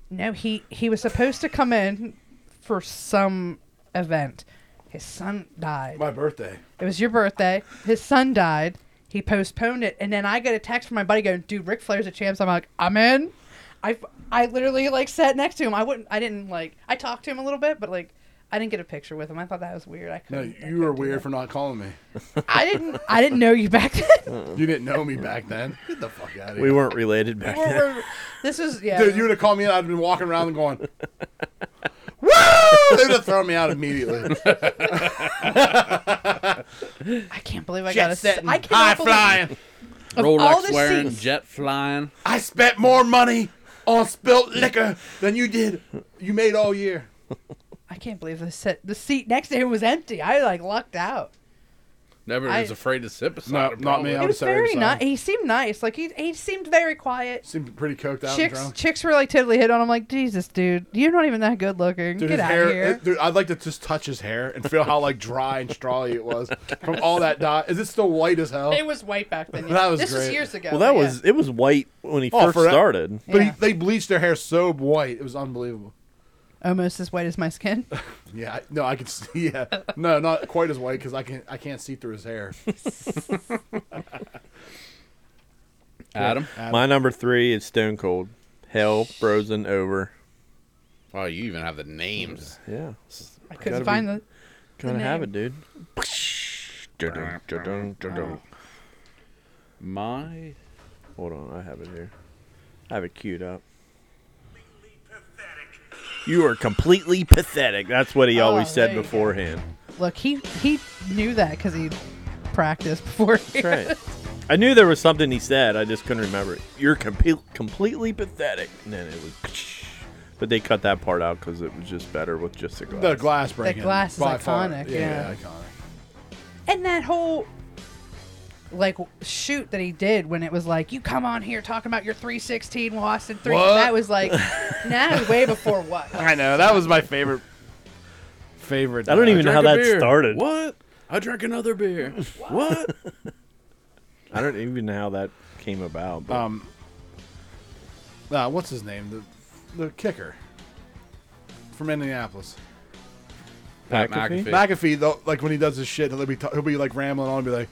[SPEAKER 4] no, he he was supposed to come in for some event. His son died.
[SPEAKER 2] My birthday.
[SPEAKER 4] It was your birthday. His son died. He postponed it, and then I got a text from my buddy going, "Dude, Ric Flair's a champ." So I'm like, "I'm in." I I literally like sat next to him. I wouldn't. I didn't like. I talked to him a little bit, but like. I didn't get a picture with him. I thought that was weird. I
[SPEAKER 2] No,
[SPEAKER 4] couldn't. I
[SPEAKER 2] you were
[SPEAKER 4] couldn't do
[SPEAKER 2] weird
[SPEAKER 4] that.
[SPEAKER 2] for not calling me. [LAUGHS]
[SPEAKER 4] I didn't. I didn't know you back then.
[SPEAKER 2] You didn't know me back
[SPEAKER 4] [LAUGHS]
[SPEAKER 2] then. Get the fuck out of here.
[SPEAKER 3] We weren't related back
[SPEAKER 4] We're-
[SPEAKER 3] then.
[SPEAKER 4] we're- this is yeah.
[SPEAKER 2] Dude, you would have called me and I'd have been walking around and going, Woo! They'd have thrown me out immediately.
[SPEAKER 4] I can't believe I got
[SPEAKER 2] Jet
[SPEAKER 4] a.
[SPEAKER 2] setting,
[SPEAKER 4] I
[SPEAKER 2] high
[SPEAKER 4] cannot believe
[SPEAKER 2] flying.
[SPEAKER 4] of all
[SPEAKER 1] Rolex
[SPEAKER 4] the
[SPEAKER 1] wearing,
[SPEAKER 4] seats-
[SPEAKER 1] jet flying.
[SPEAKER 2] I spent more money on spilt liquor than you did, you made all year.
[SPEAKER 4] I can't believe the set. The seat next to him was empty. I like lucked out.
[SPEAKER 1] Never
[SPEAKER 4] I-
[SPEAKER 1] was afraid to sip a
[SPEAKER 2] No,
[SPEAKER 1] cider.
[SPEAKER 2] not me.
[SPEAKER 1] probably.
[SPEAKER 2] I
[SPEAKER 4] He
[SPEAKER 2] would have
[SPEAKER 4] was
[SPEAKER 2] sat there
[SPEAKER 4] very
[SPEAKER 2] beside
[SPEAKER 4] nice.
[SPEAKER 2] him.
[SPEAKER 4] He seemed nice. Like he, he seemed very quiet.
[SPEAKER 2] Seemed pretty coked out and
[SPEAKER 4] chicks,
[SPEAKER 2] drunk.
[SPEAKER 4] chicks were like totally hit on. I'm like, Jesus, dude, you're not even that good looking.
[SPEAKER 2] Dude,
[SPEAKER 4] Get
[SPEAKER 2] his
[SPEAKER 4] out
[SPEAKER 2] hair,
[SPEAKER 4] here.
[SPEAKER 2] it- dude, I'd like to just touch his hair and feel how like dry and strawy it was from all that dye. Is it still white as hell?
[SPEAKER 3] oh.
[SPEAKER 4] It was white back
[SPEAKER 3] [LAUGHS]
[SPEAKER 4] then.
[SPEAKER 2] That was
[SPEAKER 4] this was
[SPEAKER 2] great.
[SPEAKER 4] years ago.
[SPEAKER 3] Well, that
[SPEAKER 4] but yeah.
[SPEAKER 3] was it was white when he
[SPEAKER 2] Oh,
[SPEAKER 3] first
[SPEAKER 2] for-
[SPEAKER 3] started.
[SPEAKER 2] but he,
[SPEAKER 4] yeah.
[SPEAKER 2] they bleached their hair so white, it was unbelievable.
[SPEAKER 4] almost as white as my
[SPEAKER 3] [LAUGHS]
[SPEAKER 4] skin.
[SPEAKER 2] Yeah, I, no, I can see. [LAUGHS] Yeah, no, not quite as white because I can I can't see through his hair.
[SPEAKER 1] Adam.
[SPEAKER 3] My number three is Stone Cold. Hell frozen over.
[SPEAKER 1] Oh, you even have the names.
[SPEAKER 3] Yeah,
[SPEAKER 4] I
[SPEAKER 3] Gotta
[SPEAKER 4] couldn't
[SPEAKER 3] be-
[SPEAKER 4] find the.
[SPEAKER 3] gotta have it, dude.
[SPEAKER 1] My
[SPEAKER 3] Hold on, I have it here. I have it queued up. You are completely pathetic. That's what he
[SPEAKER 4] Oh,
[SPEAKER 3] always
[SPEAKER 4] there
[SPEAKER 3] said
[SPEAKER 4] you go.
[SPEAKER 3] beforehand.
[SPEAKER 4] Look, he he knew that because he practiced [LAUGHS] before.
[SPEAKER 3] That's right. I knew there was something he said. I just couldn't remember it. You're compe- completely pathetic. And then it was, but they cut that part out because it was just better with just the glass.
[SPEAKER 2] The glass breaking.
[SPEAKER 4] glass is
[SPEAKER 2] by far.
[SPEAKER 4] iconic,
[SPEAKER 2] yeah,
[SPEAKER 4] yeah.
[SPEAKER 2] iconic.
[SPEAKER 4] and that whole like shoot that he did when it was like you come on here talking about your 316 well austin 3
[SPEAKER 2] What?
[SPEAKER 4] that was
[SPEAKER 3] [LAUGHS]
[SPEAKER 4] like that was way before what Like,
[SPEAKER 2] I know that was my favorite. Favorite.
[SPEAKER 3] I don't even know how
[SPEAKER 1] Drink a
[SPEAKER 3] that
[SPEAKER 1] beer.
[SPEAKER 3] started.
[SPEAKER 1] What? I drank another beer.
[SPEAKER 3] [LAUGHS]
[SPEAKER 1] what?
[SPEAKER 3] I don't even know how that came about. But
[SPEAKER 2] Um. Uh, what's his name? The the kicker from Indianapolis.
[SPEAKER 1] Pat
[SPEAKER 3] McAfee?
[SPEAKER 1] McAfee.
[SPEAKER 2] McAfee, though, like when he does his shit, he'll be ta- he'll be like rambling on and be like,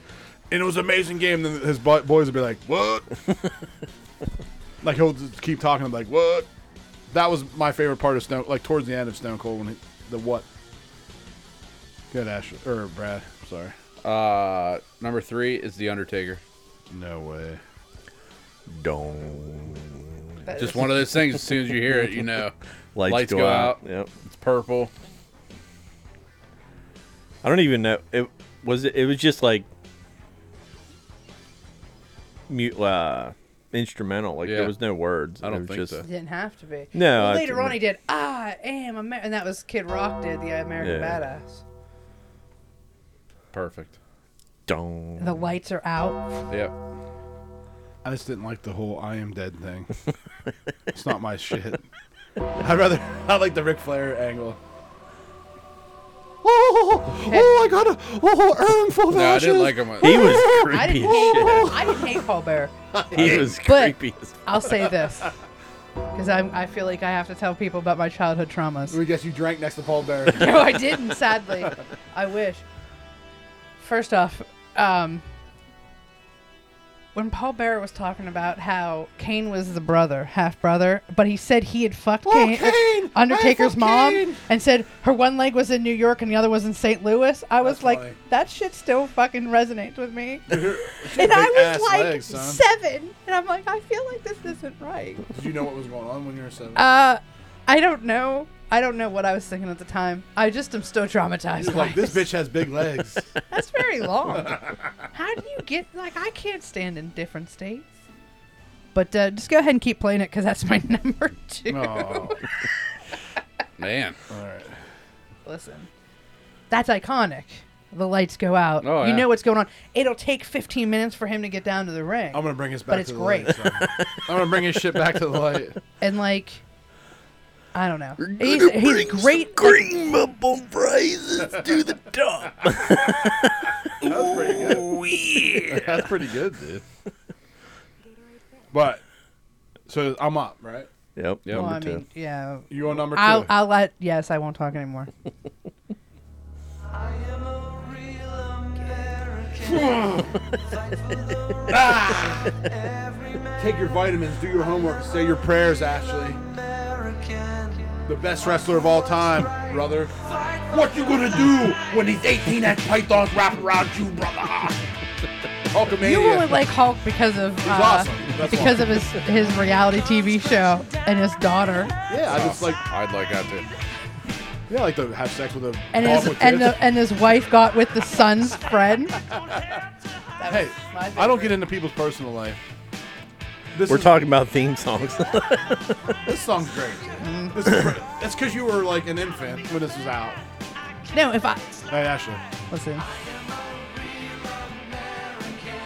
[SPEAKER 2] "And it was an amazing game." Then his bo- boys will be like, [LAUGHS] "What?" like he'll just keep talking. like, "What?" That was my favorite part of Stone, like towards the end of Stone Cold when he, the what. Good Ashley or Brad, sorry.
[SPEAKER 1] [LAUGHS] Uh, number three is The Undertaker.
[SPEAKER 2] No way.
[SPEAKER 3] Dong.
[SPEAKER 4] that-
[SPEAKER 1] Just one of those things. As soon as you hear it, you know
[SPEAKER 3] [LAUGHS] Lights, go, out. Yep.
[SPEAKER 1] it's purple.
[SPEAKER 3] I don't even know. It was it, it was just like mute uh, instrumental. Like
[SPEAKER 1] Yeah.
[SPEAKER 3] there was no words.
[SPEAKER 1] I
[SPEAKER 3] It
[SPEAKER 1] don't
[SPEAKER 3] was
[SPEAKER 1] think
[SPEAKER 3] just,
[SPEAKER 1] so.
[SPEAKER 4] didn't have to be
[SPEAKER 3] No,
[SPEAKER 4] Well,
[SPEAKER 3] I
[SPEAKER 4] later
[SPEAKER 3] didn't.
[SPEAKER 4] on he did i am Amer-, and that was kid rock did the american
[SPEAKER 3] Yeah.
[SPEAKER 4] badass
[SPEAKER 1] Perfect.
[SPEAKER 3] Dong.
[SPEAKER 4] the lights are
[SPEAKER 2] [LAUGHS]
[SPEAKER 4] out
[SPEAKER 1] Yep.
[SPEAKER 2] I just didn't like the whole "I am dead" thing. it's not my shit. I'd rather [LAUGHS] I like the Ric Flair angle. Oh, oh, oh, I got a oh, earn for
[SPEAKER 1] No, I didn't like him.
[SPEAKER 3] He
[SPEAKER 4] [LAUGHS]
[SPEAKER 3] was
[SPEAKER 4] i
[SPEAKER 3] creepy
[SPEAKER 4] didn't
[SPEAKER 3] as shit.
[SPEAKER 4] [LAUGHS] i didn't hate paul bear
[SPEAKER 3] He was
[SPEAKER 4] But-
[SPEAKER 3] creepy as
[SPEAKER 4] i'll say this because i feel like i have to tell people about my childhood traumas
[SPEAKER 2] Let [LAUGHS] me guess you drank next to Paul
[SPEAKER 4] [LAUGHS]
[SPEAKER 2] Bear.
[SPEAKER 4] no, I didn't. Sadly, I wish. First off, um, when Paul Bearer was talking about how Kane was the brother, half brother, but he said he had fucked Kane, uh,
[SPEAKER 2] Kane! I
[SPEAKER 4] Undertaker's
[SPEAKER 2] fucked
[SPEAKER 4] mom,
[SPEAKER 2] Kane!
[SPEAKER 4] and said her one leg was in New York and the other was in St. Louis. I was
[SPEAKER 2] That's
[SPEAKER 4] like,
[SPEAKER 2] funny.
[SPEAKER 4] that shit still fucking resonates with me.
[SPEAKER 2] big
[SPEAKER 4] and I was
[SPEAKER 2] ass
[SPEAKER 4] like
[SPEAKER 2] legs, son.
[SPEAKER 4] seven, and I'm like, I feel like this isn't right.
[SPEAKER 2] Did you know what was going on when you were seven?
[SPEAKER 4] Uh, I don't know. I don't know what I was thinking at the time. I just am still traumatized.
[SPEAKER 2] You're
[SPEAKER 4] by
[SPEAKER 2] like this bitch has big
[SPEAKER 4] [LAUGHS]
[SPEAKER 2] legs.
[SPEAKER 4] That's
[SPEAKER 2] [LAUGHS]
[SPEAKER 4] very long. How do you get like I can't stand in different states. But uh, just go ahead and keep playing it because that's my [LAUGHS] number two.
[SPEAKER 2] oh, all
[SPEAKER 1] Man.
[SPEAKER 2] right.
[SPEAKER 4] Listen, that's iconic. The lights go out.
[SPEAKER 1] Oh,
[SPEAKER 4] you
[SPEAKER 1] yeah.
[SPEAKER 4] know what's going on. It'll take 15 minutes for him to get down to the ring.
[SPEAKER 2] I'm gonna bring us back.
[SPEAKER 4] it's
[SPEAKER 2] to the Light, son. I'm gonna bring his shit back to the light.
[SPEAKER 4] and like, I don't know. He's, he's great.
[SPEAKER 3] green mumble phrases to [LAUGHS] the top.
[SPEAKER 2] That's pretty good, dude. But so I'm up, right?
[SPEAKER 3] Yep.
[SPEAKER 1] Yep.
[SPEAKER 4] well,
[SPEAKER 3] Number
[SPEAKER 4] I
[SPEAKER 3] two.
[SPEAKER 4] mean, yeah.
[SPEAKER 2] [LAUGHS] You on number 2
[SPEAKER 4] I'll, I'll let. Yes, I won't talk anymore.
[SPEAKER 2] Ah! Take your vitamins, do your homework, say your prayers, Ashley. The best wrestler of all time, brother. What you gonna do when these 18 ass pythons wrap around you, brother? [LAUGHS] Hulkamania.
[SPEAKER 4] [LAUGHS] You really like Hulk because of uh,
[SPEAKER 2] awesome. That's
[SPEAKER 4] because of his his reality TV show and his daughter
[SPEAKER 2] yeah, I just like
[SPEAKER 1] I'd like that too.
[SPEAKER 2] yeah, I like to have sex with a
[SPEAKER 4] and
[SPEAKER 2] dog
[SPEAKER 4] his
[SPEAKER 2] with
[SPEAKER 4] and
[SPEAKER 2] kids.
[SPEAKER 4] the, and his wife got with the son's friend.
[SPEAKER 2] Hey,
[SPEAKER 4] my
[SPEAKER 2] I don't get into people's personal life. This
[SPEAKER 3] We're
[SPEAKER 2] is-
[SPEAKER 3] talking about
[SPEAKER 4] [LAUGHS]
[SPEAKER 3] theme songs.
[SPEAKER 2] This song's great.
[SPEAKER 4] Mm.
[SPEAKER 2] This is great. That's because you were like an infant when this was out.
[SPEAKER 4] No, if I
[SPEAKER 2] Hey, Ashley.
[SPEAKER 4] listen,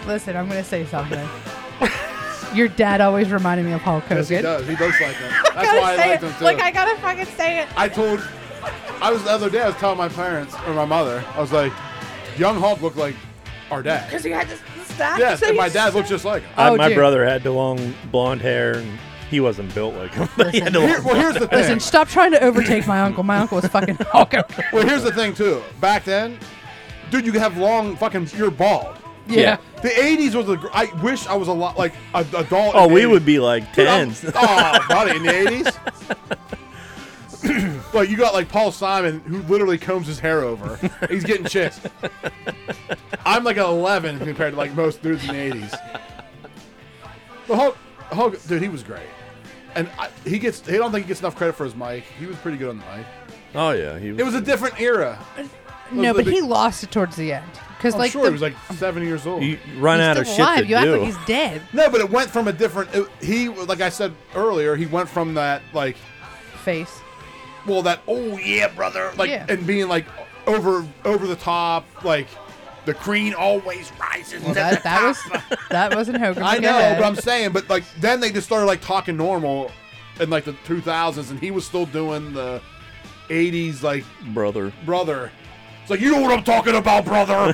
[SPEAKER 4] listen, I'm gonna say something. [LAUGHS] Your dad always reminded me of Hulk Hogan.
[SPEAKER 2] Yes, he does. He does like
[SPEAKER 4] [LAUGHS]
[SPEAKER 2] them.
[SPEAKER 4] I
[SPEAKER 2] That's
[SPEAKER 4] gotta
[SPEAKER 2] why I
[SPEAKER 4] say
[SPEAKER 2] like
[SPEAKER 4] it.
[SPEAKER 2] them too.
[SPEAKER 4] Like I gotta fucking say it.
[SPEAKER 2] I told, I was the other day. I was telling my parents or my mother. I was like, "Young Hulk looked like our dad."
[SPEAKER 4] Because you had this stack.
[SPEAKER 2] Yes, and my dad looked just like him.
[SPEAKER 3] Uh,
[SPEAKER 4] Oh,
[SPEAKER 3] my
[SPEAKER 4] dude.
[SPEAKER 3] brother had the long blonde hair, and he wasn't built like him. [LAUGHS] But he had the
[SPEAKER 2] Here,
[SPEAKER 3] long,
[SPEAKER 2] well, here's the thing.
[SPEAKER 4] Listen, stop trying to overtake my uncle. My uncle was fucking [LAUGHS] Hulk Hogan.
[SPEAKER 2] well, here's the thing too. Back then, dude, you could have long fucking. You're bald.
[SPEAKER 4] Yeah.
[SPEAKER 2] The '80s was the. gr- I wish I was a lot like a adult.
[SPEAKER 3] oh,
[SPEAKER 2] in the
[SPEAKER 3] we
[SPEAKER 2] 80s.
[SPEAKER 3] would be like
[SPEAKER 2] Dude, I'm-
[SPEAKER 3] tens.
[SPEAKER 2] [LAUGHS] oh, buddy, in the eighties. But you got like Paul Simon, who literally combs his hair over. He's getting chicks. I'm like an 11 compared to like most dudes in the 80s. But Hulk, Hulk, dude, he was great, and I, he gets. He don't think he gets enough credit for his mic. He was pretty good on the mic.
[SPEAKER 3] Oh yeah, he was.
[SPEAKER 2] It was a different era.
[SPEAKER 4] No,
[SPEAKER 2] Those are
[SPEAKER 4] but
[SPEAKER 2] the
[SPEAKER 4] he
[SPEAKER 2] big-
[SPEAKER 4] lost it towards the end. Because
[SPEAKER 2] I'm
[SPEAKER 4] like
[SPEAKER 2] sure
[SPEAKER 4] the,
[SPEAKER 2] he was like 70 years old.
[SPEAKER 3] you run
[SPEAKER 4] he's
[SPEAKER 3] out
[SPEAKER 4] still
[SPEAKER 3] of shit
[SPEAKER 4] alive.
[SPEAKER 3] to
[SPEAKER 4] you act
[SPEAKER 3] do.
[SPEAKER 4] like he's dead.
[SPEAKER 2] no, but it went from a different. It, he, like I said earlier, he went from that like
[SPEAKER 4] Face.
[SPEAKER 2] well that oh yeah brother like
[SPEAKER 4] Yeah.
[SPEAKER 2] and being like over over the top like the queen always rises
[SPEAKER 4] Well,
[SPEAKER 2] to the
[SPEAKER 4] that, that was
[SPEAKER 2] top.
[SPEAKER 4] that wasn't Hogan.
[SPEAKER 2] i
[SPEAKER 4] Go
[SPEAKER 2] know
[SPEAKER 4] ahead.
[SPEAKER 2] but i'm saying but like then they just started like talking normal in like the 2000s and he was still doing the 80s like
[SPEAKER 3] brother.
[SPEAKER 2] brother it's like you know what i'm talking about
[SPEAKER 4] [LAUGHS]
[SPEAKER 2] brother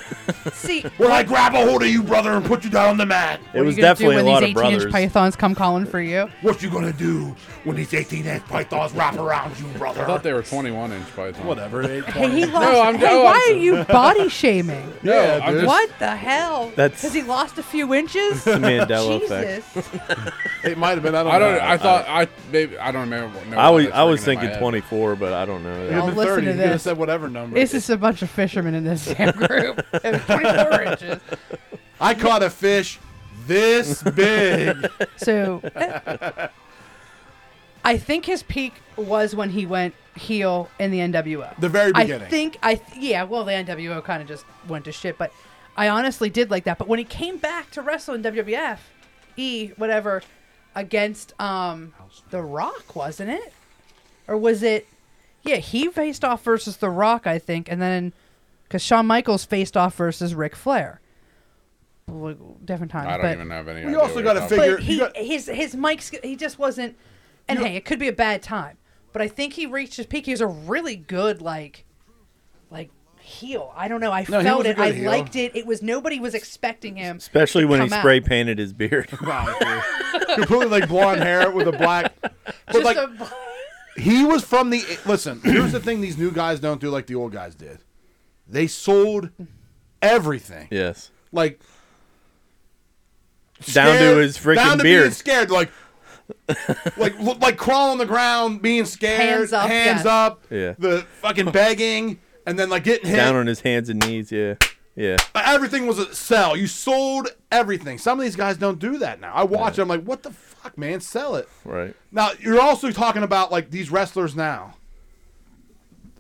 [SPEAKER 4] see.
[SPEAKER 2] when i grab a hold of you brother and put you down on the mat
[SPEAKER 3] It was
[SPEAKER 4] you gonna
[SPEAKER 3] definitely a
[SPEAKER 4] do when
[SPEAKER 3] lot
[SPEAKER 4] these
[SPEAKER 3] of brothers.
[SPEAKER 4] inch pythons come calling for you.
[SPEAKER 2] what you gonna do when these 18 inch pythons wrap around you
[SPEAKER 1] I thought
[SPEAKER 2] brother
[SPEAKER 1] they were 21 inch python.
[SPEAKER 2] whatever eight,
[SPEAKER 4] Hey,
[SPEAKER 2] 20.
[SPEAKER 4] he lost.
[SPEAKER 1] I'm-
[SPEAKER 4] hey,
[SPEAKER 1] no,
[SPEAKER 4] why
[SPEAKER 1] I'm-
[SPEAKER 4] are you body shaming?
[SPEAKER 1] No,
[SPEAKER 2] [LAUGHS] Yeah,
[SPEAKER 1] I'm
[SPEAKER 2] dude.
[SPEAKER 1] just-
[SPEAKER 4] What the hell?
[SPEAKER 3] That's-
[SPEAKER 4] because he lost a few
[SPEAKER 3] [LAUGHS]
[SPEAKER 4] inches. [LAUGHS]
[SPEAKER 3] Mandela effect.
[SPEAKER 4] Jesus.
[SPEAKER 2] it might have been i don't
[SPEAKER 1] I
[SPEAKER 2] know
[SPEAKER 1] don't. I thought I maybe I don't remember. what- no,
[SPEAKER 3] I was
[SPEAKER 1] that's
[SPEAKER 3] I was
[SPEAKER 1] ringing in my
[SPEAKER 3] thinking
[SPEAKER 1] head.
[SPEAKER 3] 24, but I don't know.
[SPEAKER 2] It could've
[SPEAKER 4] Well,
[SPEAKER 2] been
[SPEAKER 4] listen
[SPEAKER 2] 30.
[SPEAKER 4] to
[SPEAKER 2] He could've
[SPEAKER 4] this.
[SPEAKER 2] said whatever number.
[SPEAKER 4] It's just a bunch of fishermen in this damn group. It was 24 inches.
[SPEAKER 2] I caught a fish this
[SPEAKER 4] [LAUGHS]
[SPEAKER 2] big.
[SPEAKER 4] So [LAUGHS] I think his peak was when he went heel in the NWO.
[SPEAKER 2] The very
[SPEAKER 4] I
[SPEAKER 2] beginning.
[SPEAKER 4] think I th- yeah, well the NWO kind of just went to shit, but I honestly did like that. But when he came back to wrestle in WWF, E whatever against um The Rock, wasn't it? Or was it Yeah, he faced off versus The Rock, I think, and then cuz Shawn Michaels faced off versus Ric Flair. Well, Different times,
[SPEAKER 1] I don't
[SPEAKER 4] but
[SPEAKER 1] even have any.
[SPEAKER 2] We
[SPEAKER 1] idea
[SPEAKER 2] also
[SPEAKER 1] what
[SPEAKER 2] gotta
[SPEAKER 1] you're talking
[SPEAKER 2] figure-
[SPEAKER 4] but
[SPEAKER 2] you
[SPEAKER 4] he
[SPEAKER 2] got-
[SPEAKER 4] his his mic's he just wasn't. And hey, it could be a bad time, but I think he reached his peak. He was a really good like, like heel. I don't know. I
[SPEAKER 2] he
[SPEAKER 4] felt
[SPEAKER 2] was a
[SPEAKER 4] it.
[SPEAKER 2] good
[SPEAKER 4] I
[SPEAKER 2] heel.
[SPEAKER 4] liked it. It was nobody was expecting him,
[SPEAKER 3] Especially
[SPEAKER 4] to
[SPEAKER 3] when he
[SPEAKER 4] come out.
[SPEAKER 3] spray painted his beard. [LAUGHS]
[SPEAKER 2] Wow, dude. Completely like blonde hair with a black. But
[SPEAKER 4] Just
[SPEAKER 2] like
[SPEAKER 4] a-
[SPEAKER 2] he was from the. Listen, here's the thing: these new guys don't do like the old guys did. They sold everything.
[SPEAKER 3] yes.
[SPEAKER 2] Like
[SPEAKER 3] Down to
[SPEAKER 2] scared-
[SPEAKER 3] his freaking
[SPEAKER 2] down to Being
[SPEAKER 3] beard.
[SPEAKER 2] scared, like. like look- like crawl on the ground, being scared,
[SPEAKER 4] Hands up,
[SPEAKER 2] hands
[SPEAKER 4] yeah.
[SPEAKER 2] up,
[SPEAKER 3] Yeah.
[SPEAKER 2] the fucking begging, and then like getting hit.
[SPEAKER 3] Down on his hands and knees. Yeah. Yeah.
[SPEAKER 2] everything was a sell. You sold everything. Some of these guys don't do that now. I watch it. I'm like, what the fuck, man? Sell it.
[SPEAKER 3] Right.
[SPEAKER 2] Now you're also talking about like these wrestlers now.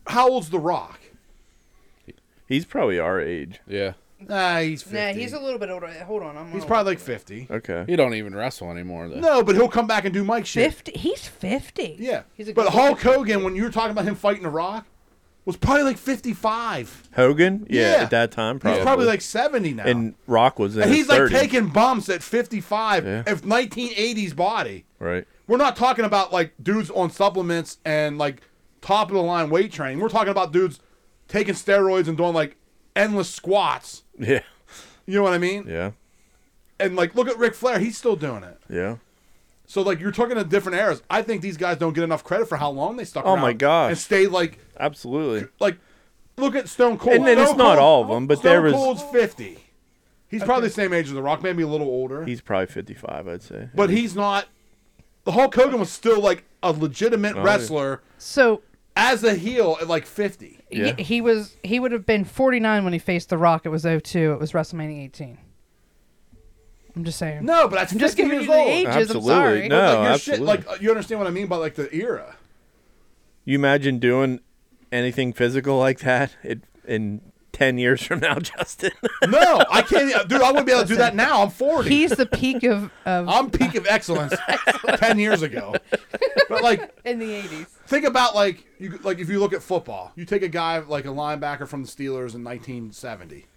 [SPEAKER 2] How old's The Rock?
[SPEAKER 3] He's probably our age.
[SPEAKER 1] Yeah,
[SPEAKER 2] Nah, he's 50.
[SPEAKER 4] nah, he's a little bit older. Hold on, I'm.
[SPEAKER 2] He's
[SPEAKER 4] gonna-
[SPEAKER 2] probably like 50.
[SPEAKER 3] Okay.
[SPEAKER 1] he don't even wrestle anymore though.
[SPEAKER 2] No, but he'll come back and do Mike shit.
[SPEAKER 4] fifty. He's fifty.
[SPEAKER 2] Yeah.
[SPEAKER 4] he's a
[SPEAKER 2] but
[SPEAKER 4] good-
[SPEAKER 2] Hulk Hogan, when you were talking about him fighting The Rock, was probably like 55.
[SPEAKER 3] Hogan? Yeah,
[SPEAKER 2] Yeah.
[SPEAKER 3] At that time, probably.
[SPEAKER 2] He's probably like 70 now.
[SPEAKER 3] And Rock was in
[SPEAKER 2] And
[SPEAKER 3] his
[SPEAKER 2] he's like
[SPEAKER 3] 30s,
[SPEAKER 2] taking bumps at 55,
[SPEAKER 3] Yeah.
[SPEAKER 2] if 1980s body.
[SPEAKER 3] Right.
[SPEAKER 2] We're not talking about like dudes on supplements and like top of the line weight training. We're talking about dudes taking steroids and doing like endless squats.
[SPEAKER 3] [LAUGHS] Yeah.
[SPEAKER 2] You know what I mean?
[SPEAKER 3] Yeah.
[SPEAKER 2] And like, look at Ric Flair; he's still doing it.
[SPEAKER 3] Yeah.
[SPEAKER 2] So like, you're talking to different eras. I think these guys don't get enough credit for how long they stuck
[SPEAKER 3] Oh
[SPEAKER 2] around.
[SPEAKER 3] my gosh.
[SPEAKER 2] And stayed like,
[SPEAKER 3] Absolutely.
[SPEAKER 2] like, look at Stone Cold.
[SPEAKER 3] And then it's
[SPEAKER 2] Stone Cold-
[SPEAKER 3] not all of 'em, but
[SPEAKER 2] Oh, Stone
[SPEAKER 3] there was-
[SPEAKER 2] Cold's fifty. He's probably the same age as The Rock, maybe a little older.
[SPEAKER 3] He's probably 55, I'd say.
[SPEAKER 2] but he's not. The Hulk Hogan was still like a legitimate
[SPEAKER 3] Oh, yeah.
[SPEAKER 2] wrestler
[SPEAKER 4] So
[SPEAKER 2] as a heel at like 50.
[SPEAKER 3] Yeah.
[SPEAKER 4] he, he was he would have been 49 when he faced The Rock. It was 02. It was WrestleMania 18. I'm just saying.
[SPEAKER 2] No, but that's
[SPEAKER 4] I'm just
[SPEAKER 2] 50
[SPEAKER 4] giving you
[SPEAKER 2] years
[SPEAKER 4] the
[SPEAKER 2] old.
[SPEAKER 4] ages.
[SPEAKER 3] Absolutely.
[SPEAKER 4] I'm sorry.
[SPEAKER 3] No,
[SPEAKER 2] like, your
[SPEAKER 3] absolutely.
[SPEAKER 2] Shit, like uh, you understand what I mean by like the era.
[SPEAKER 3] you imagine doing anything physical like that it, in 10 years from now, [LAUGHS] Justin?
[SPEAKER 2] No, I can't, e-, dude. I wouldn't be able to do that now. I'm 40.
[SPEAKER 4] He's the peak of,
[SPEAKER 2] [LAUGHS]
[SPEAKER 4] of
[SPEAKER 2] I'm peak of
[SPEAKER 4] [LAUGHS]
[SPEAKER 2] excellence 10 years ago. But like,
[SPEAKER 4] in the 80s.
[SPEAKER 2] think about like you like if you look at football, you take a guy like a linebacker from the Steelers in 1970.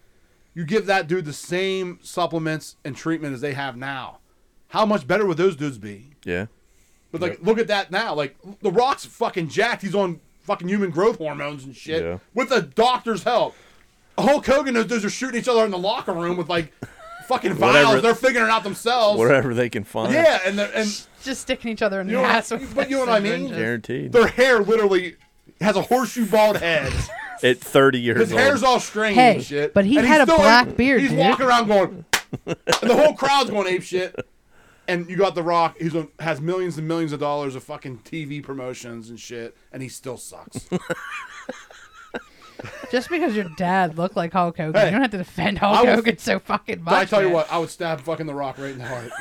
[SPEAKER 2] You give that dude the same supplements and treatment as they have now. How much better would those dudes be?
[SPEAKER 3] yeah.
[SPEAKER 2] But like, look at that now. Like, The Rock's fucking jacked. He's on fucking human growth hormones and shit
[SPEAKER 3] Yeah.
[SPEAKER 2] with a doctor's help. Hulk Hogan, those dudes are shooting each other in the locker room with like fucking
[SPEAKER 3] Whatever.
[SPEAKER 2] vials. They're figuring it out themselves.
[SPEAKER 3] Whatever they can find.
[SPEAKER 2] Yeah, and they're, and
[SPEAKER 4] Just sticking each other in
[SPEAKER 2] you
[SPEAKER 4] the
[SPEAKER 2] know,
[SPEAKER 4] ass.
[SPEAKER 2] what-
[SPEAKER 4] with
[SPEAKER 2] but you know what I mean.
[SPEAKER 3] Guaranteed.
[SPEAKER 2] Their hair literally has a horseshoe bald head.
[SPEAKER 3] At 30 years
[SPEAKER 2] His
[SPEAKER 3] old.
[SPEAKER 2] hair's all strange
[SPEAKER 4] Hey,
[SPEAKER 2] and shit.
[SPEAKER 4] but he
[SPEAKER 2] And
[SPEAKER 4] had
[SPEAKER 2] he's
[SPEAKER 4] a
[SPEAKER 2] still
[SPEAKER 4] black
[SPEAKER 2] ape-
[SPEAKER 4] beard,
[SPEAKER 2] He's
[SPEAKER 4] dude.
[SPEAKER 2] walking around going, [LAUGHS] and the whole crowd's going ape shit. And you got The Rock, who's on, has millions and millions of dollars of fucking TV promotions and shit, and he still
[SPEAKER 4] [LAUGHS]
[SPEAKER 2] sucks.
[SPEAKER 4] Just because your dad looked like Hulk Hogan,
[SPEAKER 2] Hey,
[SPEAKER 4] you don't have to defend Hulk
[SPEAKER 2] I was-
[SPEAKER 4] Hogan so fucking much.
[SPEAKER 2] I tell you
[SPEAKER 4] man.
[SPEAKER 2] what, I would stab fucking The Rock right in the heart. [LAUGHS]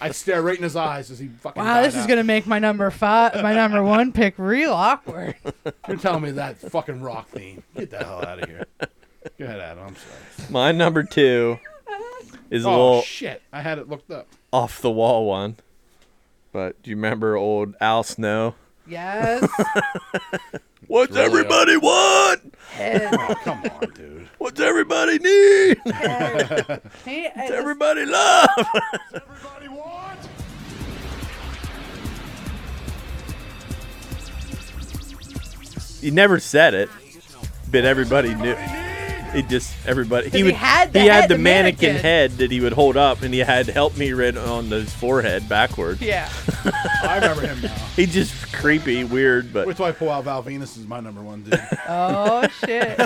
[SPEAKER 2] I'd stare right in his eyes as he fucking.
[SPEAKER 4] Wow,
[SPEAKER 2] died
[SPEAKER 4] this is
[SPEAKER 2] out.
[SPEAKER 4] gonna make my number five, my number one pick,
[SPEAKER 2] [LAUGHS]
[SPEAKER 4] real awkward.
[SPEAKER 2] You're telling me that fucking Rock theme? Get the hell out of here. Go ahead, Adam. I'm sorry.
[SPEAKER 3] My number two is a
[SPEAKER 2] Oh
[SPEAKER 3] little
[SPEAKER 2] shit! I had it looked up.
[SPEAKER 3] off the wall one. But do you remember old Al Snow?
[SPEAKER 4] Yes.
[SPEAKER 3] What's everybody want?
[SPEAKER 2] Oh come on, dude.
[SPEAKER 3] What's everybody need?
[SPEAKER 4] He-
[SPEAKER 3] everybody love?
[SPEAKER 5] Everybody want?
[SPEAKER 3] He never said it, but everybody knew. He just everybody.
[SPEAKER 4] he
[SPEAKER 3] would,
[SPEAKER 4] had the
[SPEAKER 3] he
[SPEAKER 4] head,
[SPEAKER 3] had the,
[SPEAKER 4] the
[SPEAKER 3] mannequin,
[SPEAKER 4] mannequin.
[SPEAKER 3] head that he would hold up, and he had "Help Me" written on his forehead backwards.
[SPEAKER 4] yeah.
[SPEAKER 2] I remember him now.
[SPEAKER 3] He just creepy, weird, but
[SPEAKER 2] Wait till I pull out Val Venus is my number one
[SPEAKER 3] [LAUGHS]
[SPEAKER 2] dude.
[SPEAKER 4] Oh
[SPEAKER 2] [LAUGHS]
[SPEAKER 4] shit.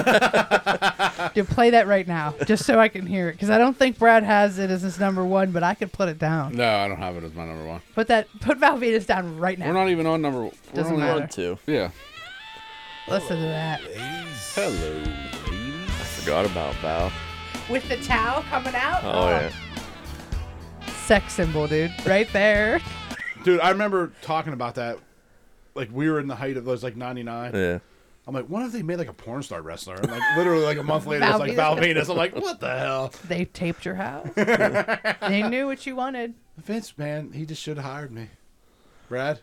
[SPEAKER 4] Dude, play that right now, just so I can hear it, because I don't think Brad has it as his number one, but I can put it down.
[SPEAKER 1] No, I don't have it as my number one.
[SPEAKER 4] Put that, put Val Venus down right now.
[SPEAKER 1] We're not even on number. One. We're
[SPEAKER 4] Doesn't
[SPEAKER 1] only
[SPEAKER 4] matter.
[SPEAKER 1] on-
[SPEAKER 3] one two.
[SPEAKER 1] Yeah.
[SPEAKER 4] Listen to that.
[SPEAKER 1] Hello.
[SPEAKER 3] I forgot about Val.
[SPEAKER 4] With the towel coming out.
[SPEAKER 3] Oh yeah,
[SPEAKER 4] Sex symbol, dude, right there.
[SPEAKER 2] Dude, I remember talking about that. Like we were in the height of those like '99.
[SPEAKER 4] Oh.
[SPEAKER 3] yeah.
[SPEAKER 2] I'm like, what if they made like a porn star wrestler? And, like literally like a month later, it's
[SPEAKER 4] Val
[SPEAKER 2] like
[SPEAKER 4] Venus.
[SPEAKER 2] Val Venus. I'm like, what the hell?
[SPEAKER 4] They taped your house. [LAUGHS] they knew what you wanted.
[SPEAKER 2] Vince, man, he just should have hired me. Brad,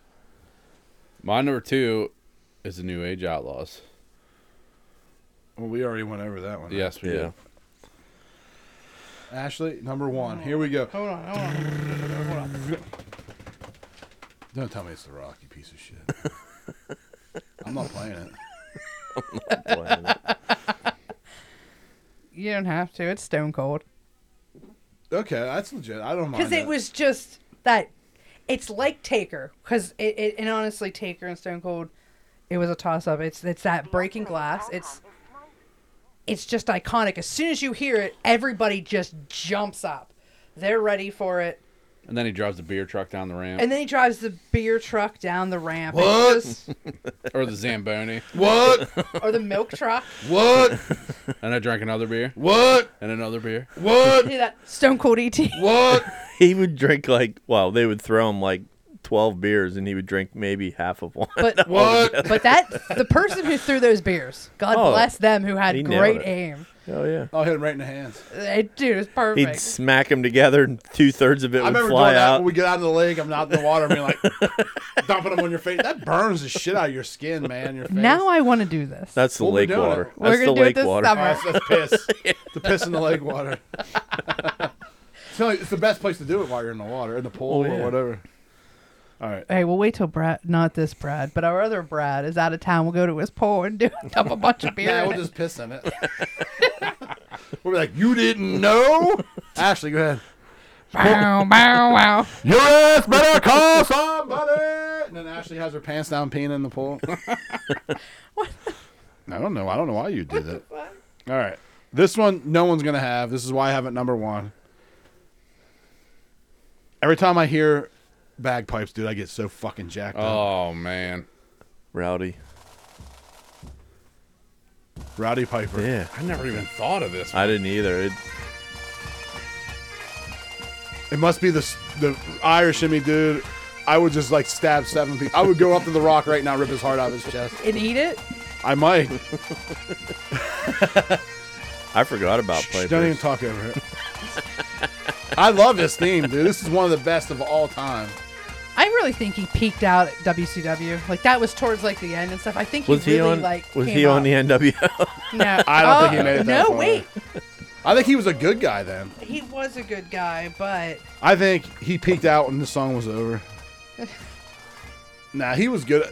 [SPEAKER 1] My number two is the New Age Outlaws.
[SPEAKER 2] well, we already went over that one.
[SPEAKER 1] Yes, we
[SPEAKER 3] Yeah.
[SPEAKER 4] [LAUGHS]
[SPEAKER 1] did.
[SPEAKER 2] Ashley, number one. Here we go.
[SPEAKER 4] Hold on, hold on.
[SPEAKER 2] Don't tell me it's the Rock, you piece of shit. I'm not playing it.
[SPEAKER 3] Playing it.
[SPEAKER 4] You don't have to. It's Stone Cold.
[SPEAKER 2] Okay, that's legit. I don't mind.
[SPEAKER 4] because it
[SPEAKER 2] that.
[SPEAKER 4] was just that it's like taker because it, it and honestly taker and stone cold it was a toss up it's it's that breaking glass it's it's just iconic as soon as you hear it everybody just jumps up they're ready for it
[SPEAKER 1] And then he drives the beer truck down the ramp,
[SPEAKER 4] and then he drives the beer truck down the ramp It's
[SPEAKER 2] What?
[SPEAKER 4] just-
[SPEAKER 1] or the Zamboni,
[SPEAKER 2] what?
[SPEAKER 4] or the milk truck
[SPEAKER 2] What?
[SPEAKER 1] and I drank another beer
[SPEAKER 2] What?
[SPEAKER 1] and another beer.
[SPEAKER 2] What?
[SPEAKER 4] do that stone cold E et [LAUGHS]
[SPEAKER 3] [LAUGHS]
[SPEAKER 2] What?
[SPEAKER 3] He would drink like well, they would throw him like twelve beers, and he would drink maybe
[SPEAKER 2] [LAUGHS]
[SPEAKER 3] half of one.
[SPEAKER 4] but
[SPEAKER 2] What?
[SPEAKER 4] but that the person who threw those beers god
[SPEAKER 3] Oh,
[SPEAKER 4] bless them who had
[SPEAKER 3] he nailed
[SPEAKER 4] great
[SPEAKER 3] it.
[SPEAKER 4] aim
[SPEAKER 3] oh yeah.
[SPEAKER 2] I'll hit him right in the hands.
[SPEAKER 4] it, dude it was
[SPEAKER 3] He'd
[SPEAKER 4] perfect
[SPEAKER 3] smack them together, and two thirds of it
[SPEAKER 2] I
[SPEAKER 3] would
[SPEAKER 2] remember
[SPEAKER 3] fly
[SPEAKER 2] doing that
[SPEAKER 3] out.
[SPEAKER 2] when we get out of the lake. I'm out in the water, being like
[SPEAKER 3] [LAUGHS]
[SPEAKER 2] dumping them on your face. That burns the shit out of your skin, man. Your face.
[SPEAKER 4] Now I want to do this.
[SPEAKER 3] That's the
[SPEAKER 2] What we
[SPEAKER 3] lake
[SPEAKER 2] doing?
[SPEAKER 3] water.
[SPEAKER 4] We're
[SPEAKER 3] That's
[SPEAKER 4] gonna
[SPEAKER 3] the
[SPEAKER 4] do it
[SPEAKER 3] lake
[SPEAKER 4] this
[SPEAKER 3] water.
[SPEAKER 4] summer.
[SPEAKER 2] that's, that's
[SPEAKER 3] [LAUGHS]
[SPEAKER 2] piss. the piss in the lake water. Tell you, it's the best place to do it while you're in the water, in the pool
[SPEAKER 3] Oh, yeah.
[SPEAKER 2] or whatever. All right.
[SPEAKER 4] Hey, we'll wait till Brad, not this Brad, but our other Brad is out of town. We'll go to his pool and do dump a bunch of beer.
[SPEAKER 2] [LAUGHS] Yeah,
[SPEAKER 4] in
[SPEAKER 2] we'll
[SPEAKER 4] it.
[SPEAKER 2] just piss in it.
[SPEAKER 3] [LAUGHS]
[SPEAKER 2] we'll be like, you didn't
[SPEAKER 3] [LAUGHS]
[SPEAKER 2] know? Ashley, go ahead.
[SPEAKER 4] bow, bow, wow.
[SPEAKER 2] Your [LAUGHS] ass better call somebody. And then Ashley has her pants down, peeing in the [LAUGHS] pool. I don't know. I don't know why you do that. All right. This one, no one's gonna have. This is why I have it number one. Every time I hear bagpipes, dude, I get so fucking jacked up.
[SPEAKER 1] Oh man.
[SPEAKER 3] Rowdy.
[SPEAKER 2] Rowdy Piper.
[SPEAKER 3] Yeah.
[SPEAKER 1] I never even thought of this.
[SPEAKER 3] I didn't either. It,
[SPEAKER 2] It must be the s- the Irish in me, dude. I would just like stab seven people. I would go up to the rock right now, rip his heart out of his chest.
[SPEAKER 4] and eat it.
[SPEAKER 2] I might.
[SPEAKER 3] I forgot about
[SPEAKER 2] Shh, don't even
[SPEAKER 3] Pipers.
[SPEAKER 2] talk over it. I love this theme, dude. This is one of the best of all time.
[SPEAKER 4] I really think he peaked out at WCW. Like that was towards like the end and stuff. I think he
[SPEAKER 3] Was he
[SPEAKER 4] really
[SPEAKER 3] on?
[SPEAKER 4] like
[SPEAKER 3] was
[SPEAKER 4] came
[SPEAKER 3] he on
[SPEAKER 4] up.
[SPEAKER 3] the NWO?
[SPEAKER 4] No,
[SPEAKER 2] I don't think he
[SPEAKER 4] Oh,
[SPEAKER 2] made it that
[SPEAKER 4] No,
[SPEAKER 2] far.
[SPEAKER 4] wait,
[SPEAKER 2] I think he was a good guy then.
[SPEAKER 4] he was a good guy, but
[SPEAKER 2] I think he peaked out when the song was over. nah, he was good.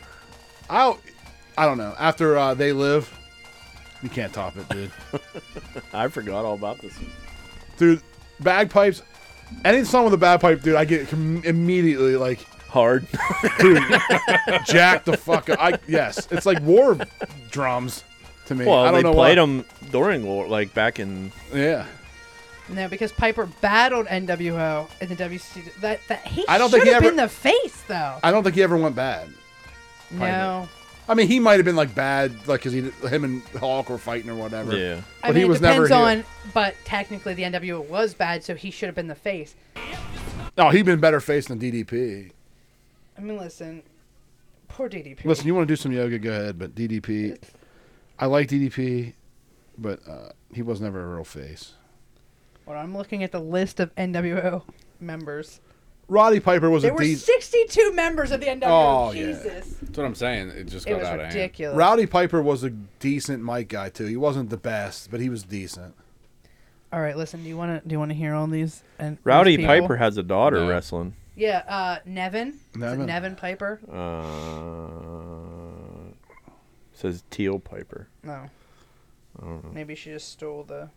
[SPEAKER 2] I, I don't know. After uh, they live, you can't top it, dude.
[SPEAKER 3] [LAUGHS] I forgot all about this. one.
[SPEAKER 2] dude, bagpipes. Any song with a bagpipe, dude, I get com- immediately like
[SPEAKER 3] Hard. [LAUGHS]
[SPEAKER 2] dude, jack the fuck up. I yes, it's like war drums to me.
[SPEAKER 3] well,
[SPEAKER 2] I don't
[SPEAKER 3] they
[SPEAKER 2] know
[SPEAKER 3] played
[SPEAKER 2] why.
[SPEAKER 3] them during war, like back in.
[SPEAKER 2] Yeah,
[SPEAKER 4] no, because Piper battled NWO in the WCW. That that he
[SPEAKER 2] I don't
[SPEAKER 4] should
[SPEAKER 2] think he
[SPEAKER 4] have
[SPEAKER 2] ever-
[SPEAKER 4] been the face though.
[SPEAKER 2] I don't think he ever went bad.
[SPEAKER 4] no,
[SPEAKER 2] I mean, he might have been like bad, like because he him and Hawk were fighting or whatever.
[SPEAKER 3] Yeah.
[SPEAKER 4] I
[SPEAKER 2] But
[SPEAKER 4] mean
[SPEAKER 2] he was
[SPEAKER 4] it depends
[SPEAKER 2] never
[SPEAKER 4] on.
[SPEAKER 2] here.
[SPEAKER 4] But technically, the NWO was bad, so he should have been the face.
[SPEAKER 2] No, Oh, he'd been better face than DDP.
[SPEAKER 4] I mean, listen, poor DDP.
[SPEAKER 2] Listen, you want to do some yoga? Go ahead, but DDP, I like DDP, but uh, he was never a real face.
[SPEAKER 4] Well, I'm looking at the list of NWO members.
[SPEAKER 2] Roddy Piper was
[SPEAKER 4] There
[SPEAKER 2] a
[SPEAKER 4] were
[SPEAKER 2] de-
[SPEAKER 4] 62 members of the NWO.
[SPEAKER 2] Oh, yeah.
[SPEAKER 4] Jesus,
[SPEAKER 1] That's what I'm saying. It just
[SPEAKER 4] it
[SPEAKER 1] got
[SPEAKER 4] was
[SPEAKER 1] out of hand.
[SPEAKER 4] ridiculous.
[SPEAKER 2] Rowdy Piper was a decent mic guy too. He wasn't the best, but he was decent.
[SPEAKER 4] All right, listen. Do you want to do you want to hear all these and
[SPEAKER 3] Rowdy
[SPEAKER 4] these people?
[SPEAKER 3] Piper has a daughter
[SPEAKER 1] Yeah.
[SPEAKER 3] wrestling.
[SPEAKER 4] Yeah, uh, Nevin.
[SPEAKER 2] Nevin.
[SPEAKER 4] Nevin. Nevin Piper.
[SPEAKER 3] Uh, says Teal Piper.
[SPEAKER 4] No. Maybe she just stole the.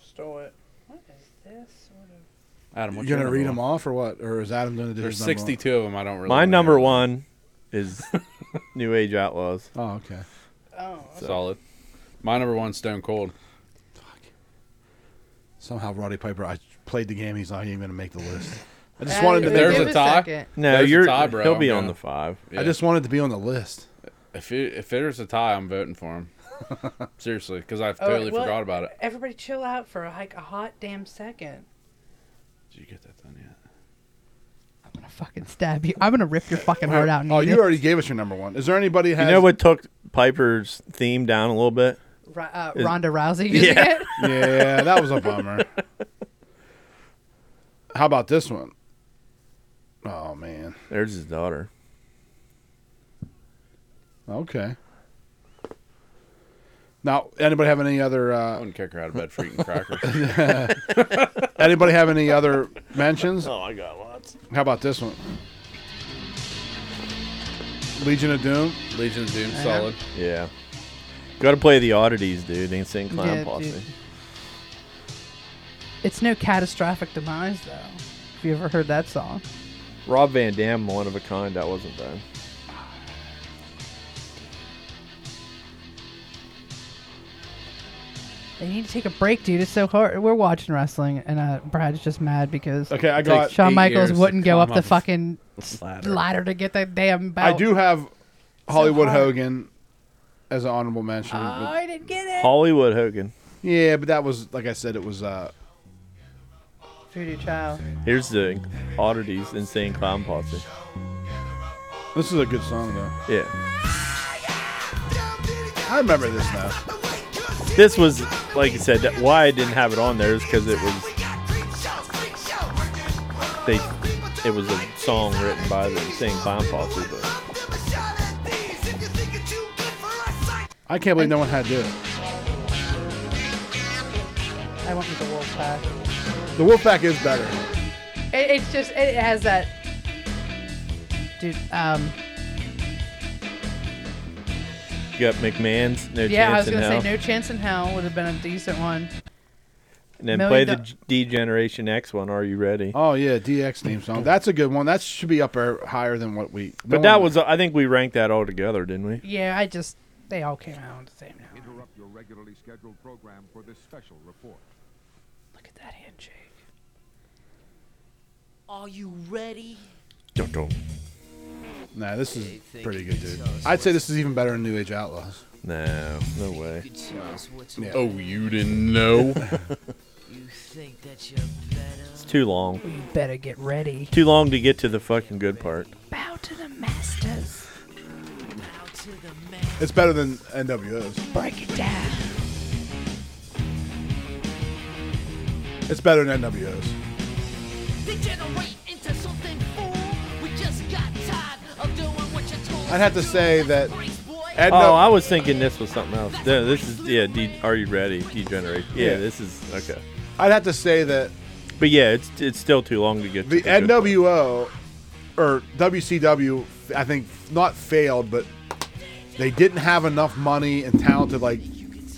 [SPEAKER 4] Stole it. What is this? What a-
[SPEAKER 1] Adam,
[SPEAKER 2] You
[SPEAKER 1] what's
[SPEAKER 2] gonna
[SPEAKER 1] your
[SPEAKER 2] read
[SPEAKER 1] number
[SPEAKER 2] them
[SPEAKER 1] one?
[SPEAKER 2] off or what? Or is Adam gonna do
[SPEAKER 1] There's
[SPEAKER 2] his number
[SPEAKER 1] 62 of them. I don't really.
[SPEAKER 3] My
[SPEAKER 1] know.
[SPEAKER 3] number one
[SPEAKER 1] [LAUGHS]
[SPEAKER 3] is New Age Outlaws.
[SPEAKER 2] one? Oh, okay.
[SPEAKER 4] [LAUGHS] Oh,
[SPEAKER 1] Solid. My number one, Stone Cold.
[SPEAKER 2] Somehow Roddy Piper, I played the game. He's not even gonna make the list. I just
[SPEAKER 4] Uh,
[SPEAKER 2] wanted to.
[SPEAKER 1] If there's
[SPEAKER 4] give
[SPEAKER 1] a
[SPEAKER 4] it
[SPEAKER 1] tie.
[SPEAKER 4] second.
[SPEAKER 3] No,
[SPEAKER 1] There's a
[SPEAKER 3] you're
[SPEAKER 1] tie, bro.
[SPEAKER 3] he'll be
[SPEAKER 1] Yeah.
[SPEAKER 3] on the five.
[SPEAKER 2] I
[SPEAKER 1] Yeah.
[SPEAKER 2] just wanted to be on the list.
[SPEAKER 1] If it, if there's a tie, I'm voting
[SPEAKER 2] [LAUGHS]
[SPEAKER 1] for him. Seriously, because I
[SPEAKER 4] Oh,
[SPEAKER 1] totally
[SPEAKER 4] well,
[SPEAKER 1] forgot about it.
[SPEAKER 4] Everybody, chill out for like a hot damn second.
[SPEAKER 1] Did you get that done yet?
[SPEAKER 4] I'm gonna fucking stab you. I'm gonna rip your fucking heart out. and
[SPEAKER 2] Oh,
[SPEAKER 4] eat
[SPEAKER 2] you
[SPEAKER 4] it.
[SPEAKER 2] already gave us your number one. Is there anybody? Has,
[SPEAKER 3] You know what took Piper's theme down a little bit?
[SPEAKER 4] Ro- uh, Ronda Rousey using
[SPEAKER 3] Yeah.
[SPEAKER 4] it.
[SPEAKER 2] Yeah, that was a
[SPEAKER 3] [LAUGHS]
[SPEAKER 2] bummer. How about this one? Oh man.
[SPEAKER 3] There's his daughter.
[SPEAKER 2] Okay. Now, anybody have any other?
[SPEAKER 3] Oh,
[SPEAKER 1] I
[SPEAKER 2] Uh,
[SPEAKER 1] wouldn't kick her out of bed for
[SPEAKER 2] [LAUGHS]
[SPEAKER 1] eating crackers.
[SPEAKER 2] anybody have any other
[SPEAKER 3] [LAUGHS]
[SPEAKER 2] mentions?
[SPEAKER 3] Oh, I got lots.
[SPEAKER 2] How about this one? Legion of Doom.
[SPEAKER 1] Legion of Doom, solid.
[SPEAKER 3] Yeah. Got to play the oddities, dude. Insane Clown
[SPEAKER 4] Yeah,
[SPEAKER 3] Posse.
[SPEAKER 4] dude. [LAUGHS] It's no catastrophic demise though. If you ever heard that song.
[SPEAKER 3] Rob Van Dam, one of a kind. That wasn't bad.
[SPEAKER 4] They need to take a break, dude. It's so hard. We're watching wrestling, and uh, Brad's just mad because
[SPEAKER 2] Okay, I got.
[SPEAKER 4] Shawn
[SPEAKER 1] eight
[SPEAKER 4] Michaels
[SPEAKER 1] years to
[SPEAKER 4] wouldn't go
[SPEAKER 1] climb
[SPEAKER 4] up the
[SPEAKER 1] up the
[SPEAKER 4] fucking
[SPEAKER 1] ladder.
[SPEAKER 4] ladder to get that damn
[SPEAKER 2] I
[SPEAKER 4] belt.
[SPEAKER 2] do have Hollywood
[SPEAKER 4] hard.
[SPEAKER 2] Hogan as an honorable mention.
[SPEAKER 4] Oh,
[SPEAKER 2] but-
[SPEAKER 4] I didn't get it.
[SPEAKER 3] Hollywood Hogan.
[SPEAKER 2] yeah, but that was like I said, it was. Uh,
[SPEAKER 4] Voodoo Child.
[SPEAKER 3] Here's the oddities. Insane Clown Posse.
[SPEAKER 2] this is a good song though.
[SPEAKER 3] Yeah.
[SPEAKER 2] I remember this now.
[SPEAKER 3] This was, like I said, that why I didn't have it on there is because it was they. It was a song written by the Insane Clown Posse. But
[SPEAKER 2] I can't believe no one had this.
[SPEAKER 4] I went with the Wolf Pack.
[SPEAKER 2] The Wolfpack is better.
[SPEAKER 4] It, it's just it has that. Dude, um,
[SPEAKER 3] you got McMahon's No
[SPEAKER 4] yeah, I was
[SPEAKER 3] Chance in
[SPEAKER 4] gonna
[SPEAKER 3] Hell,
[SPEAKER 4] say No Chance in Hell would have been a decent one.
[SPEAKER 3] and then play
[SPEAKER 4] Million
[SPEAKER 3] the
[SPEAKER 4] Do-
[SPEAKER 3] G- D Generation X one. Are you ready?
[SPEAKER 2] Oh yeah, DX theme song. That's a good one. That should be up there higher than what we. no
[SPEAKER 3] But that
[SPEAKER 2] one-
[SPEAKER 3] was, I think we ranked that all together, didn't we?
[SPEAKER 4] Yeah, I just They all came out the same now.
[SPEAKER 7] Interrupt your regularly scheduled program for this special report.
[SPEAKER 4] Look at that handshake.
[SPEAKER 8] Are you ready?
[SPEAKER 2] Nah, this is
[SPEAKER 8] If they
[SPEAKER 2] pretty
[SPEAKER 8] can
[SPEAKER 2] good, dude.
[SPEAKER 8] tell us
[SPEAKER 2] I'd say this is even better than New Age Outlaws.
[SPEAKER 3] No, no way.
[SPEAKER 8] Could tell us what's
[SPEAKER 2] Yeah.
[SPEAKER 1] Oh, you didn't know?
[SPEAKER 8] You think that you're better?
[SPEAKER 3] Too long.
[SPEAKER 4] You better get ready.
[SPEAKER 3] Too long to get to the fucking good part.
[SPEAKER 4] Bow to the masters.
[SPEAKER 8] Now to the man.
[SPEAKER 2] It's better than NWOs.
[SPEAKER 4] Break it down.
[SPEAKER 2] It's better than NWOs.
[SPEAKER 9] Degenerate into something fool. We just got tired of doing what you're told.
[SPEAKER 2] I'd have to say that-
[SPEAKER 9] Brace, boy.
[SPEAKER 2] Ed-
[SPEAKER 3] Oh, I was thinking this was something else. No, this is yeah. D- are you ready? Degenerate. Yeah,
[SPEAKER 2] Yeah.
[SPEAKER 3] this is okay.
[SPEAKER 2] I'd have to say that
[SPEAKER 3] But yeah, it's it's still too long to get
[SPEAKER 2] the
[SPEAKER 3] to the good part.
[SPEAKER 2] NWO or WCW, I think not failed, but they didn't have enough money and talent to like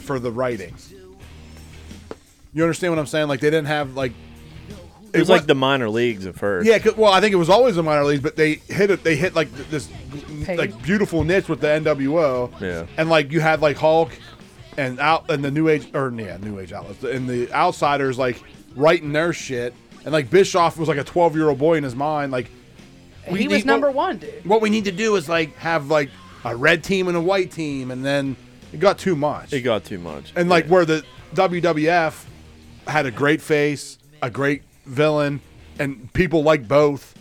[SPEAKER 2] for the writing. You understand what I'm saying? Like they didn't have like
[SPEAKER 3] It was like the minor leagues at first.
[SPEAKER 2] yeah. 'cause- Well, I think it was always the minor leagues, but they hit it. They hit like th- this
[SPEAKER 4] Paid.
[SPEAKER 2] like beautiful niche with the NWO.
[SPEAKER 3] Yeah.
[SPEAKER 2] and like you had like Hulk and out and the New Age or yeah New Age outlets and the Outsiders like writing their shit and like Bischoff was like a 12 year old boy in his mind like We
[SPEAKER 4] he was
[SPEAKER 2] need-
[SPEAKER 4] number
[SPEAKER 2] well-
[SPEAKER 4] one, dude.
[SPEAKER 2] what we need to do is like have like a red team and a white team, and then it got too much.
[SPEAKER 3] It got too much.
[SPEAKER 2] and like
[SPEAKER 3] Yeah.
[SPEAKER 2] where the WWF had a great face, a great villain, and people like both.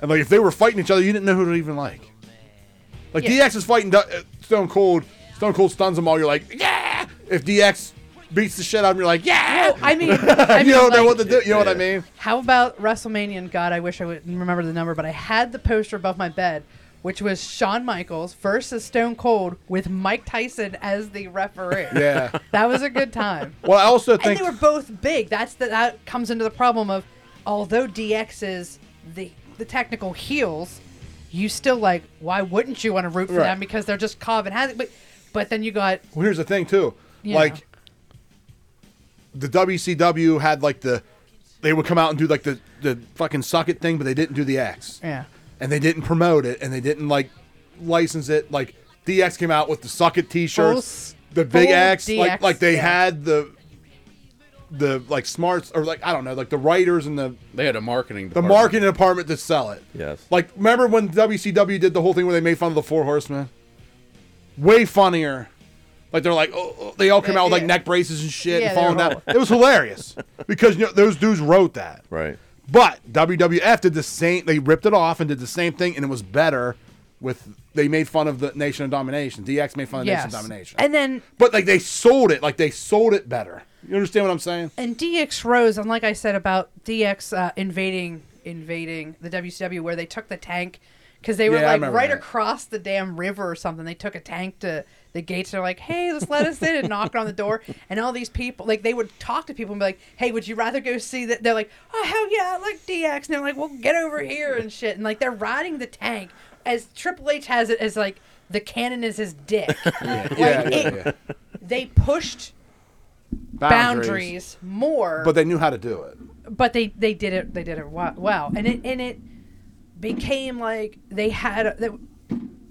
[SPEAKER 2] And like if they were fighting each other, you didn't know who to even like. Like
[SPEAKER 4] Yeah.
[SPEAKER 2] DX is fighting Du- uh, Stone Cold. Stone Cold stuns them all. You're like, yeah. If DX beats the shit out of him, you're like, yeah.
[SPEAKER 4] No, I
[SPEAKER 2] [LAUGHS]
[SPEAKER 4] mean, I
[SPEAKER 2] you
[SPEAKER 4] mean,
[SPEAKER 2] don't know
[SPEAKER 4] like,
[SPEAKER 2] what to do. You know what I mean?
[SPEAKER 4] How about WrestleMania? And God, I wish I would remember the number, but I had the poster above my bed, which was Shawn Michaels versus Stone Cold with Mike Tyson as the referee.
[SPEAKER 2] [LAUGHS] Yeah.
[SPEAKER 4] That was a good time.
[SPEAKER 2] Well, [LAUGHS] I also
[SPEAKER 4] [LAUGHS] and
[SPEAKER 2] think
[SPEAKER 4] they were both big. That's the, that comes into the problem of although DX is the the technical heels, you still like why wouldn't you want to root for
[SPEAKER 2] Right.
[SPEAKER 4] them because they're just Cobb and Havoc. But but then you got
[SPEAKER 2] Well, here's the thing too.
[SPEAKER 4] Yeah.
[SPEAKER 2] Like the WCW had like the they would come out and do like the the fucking suck it thing, but they didn't do the X.
[SPEAKER 4] yeah
[SPEAKER 2] And they didn't promote it and they didn't like license it. Like DX came out with the suck it
[SPEAKER 4] Full
[SPEAKER 2] t-shirts,
[SPEAKER 4] s-
[SPEAKER 2] the big
[SPEAKER 4] full
[SPEAKER 2] X, like
[SPEAKER 4] DX,
[SPEAKER 2] like they
[SPEAKER 4] yeah.
[SPEAKER 2] had the the like smarts or like I don't know, like the writers and the
[SPEAKER 1] They had a marketing
[SPEAKER 2] the
[SPEAKER 1] department.
[SPEAKER 2] marketing department to sell it.
[SPEAKER 3] Yes.
[SPEAKER 2] Like remember when WCW did the whole thing where they made fun of the Four Horsemen? Way funnier. Like they're like, oh, oh, they all come out with like
[SPEAKER 4] Yeah.
[SPEAKER 2] neck braces and shit
[SPEAKER 4] Yeah,
[SPEAKER 2] and
[SPEAKER 4] they
[SPEAKER 2] falling
[SPEAKER 4] were
[SPEAKER 2] down. It was hilarious [LAUGHS] because you know, those dudes wrote that.
[SPEAKER 3] Right.
[SPEAKER 2] But WWF did the same. They ripped it off and did the same thing, and it was better. With they made fun of the Nation of Domination. DX made fun of
[SPEAKER 4] yes
[SPEAKER 2] Nation of Domination.
[SPEAKER 4] and then
[SPEAKER 2] but like they sold it, like they sold it better. You understand what I'm saying?
[SPEAKER 4] and DX rose, and like I said about DX uh, invading invading the WCW, where they took the tank because they were
[SPEAKER 2] Yeah, I
[SPEAKER 4] like
[SPEAKER 2] remember
[SPEAKER 4] right
[SPEAKER 2] that.
[SPEAKER 4] across the damn river or something. They took a tank to the gates. They're like, "Hey, just let us in," and knocked on the door. And all these people, like, they would talk to people and be like, "Hey, would you rather go see that?" They're like, "Oh hell yeah, I like DX," and they're like, "Well, get over here and shit." And like they're riding the tank as Triple H has it as like the cannon is
[SPEAKER 2] [LAUGHS]
[SPEAKER 4] his dick. Like,
[SPEAKER 2] Yeah, yeah,
[SPEAKER 4] it- They pushed boundaries more
[SPEAKER 2] But they knew how to do it.
[SPEAKER 4] but they they did it they did it wa- well and it and it became like they had a, the,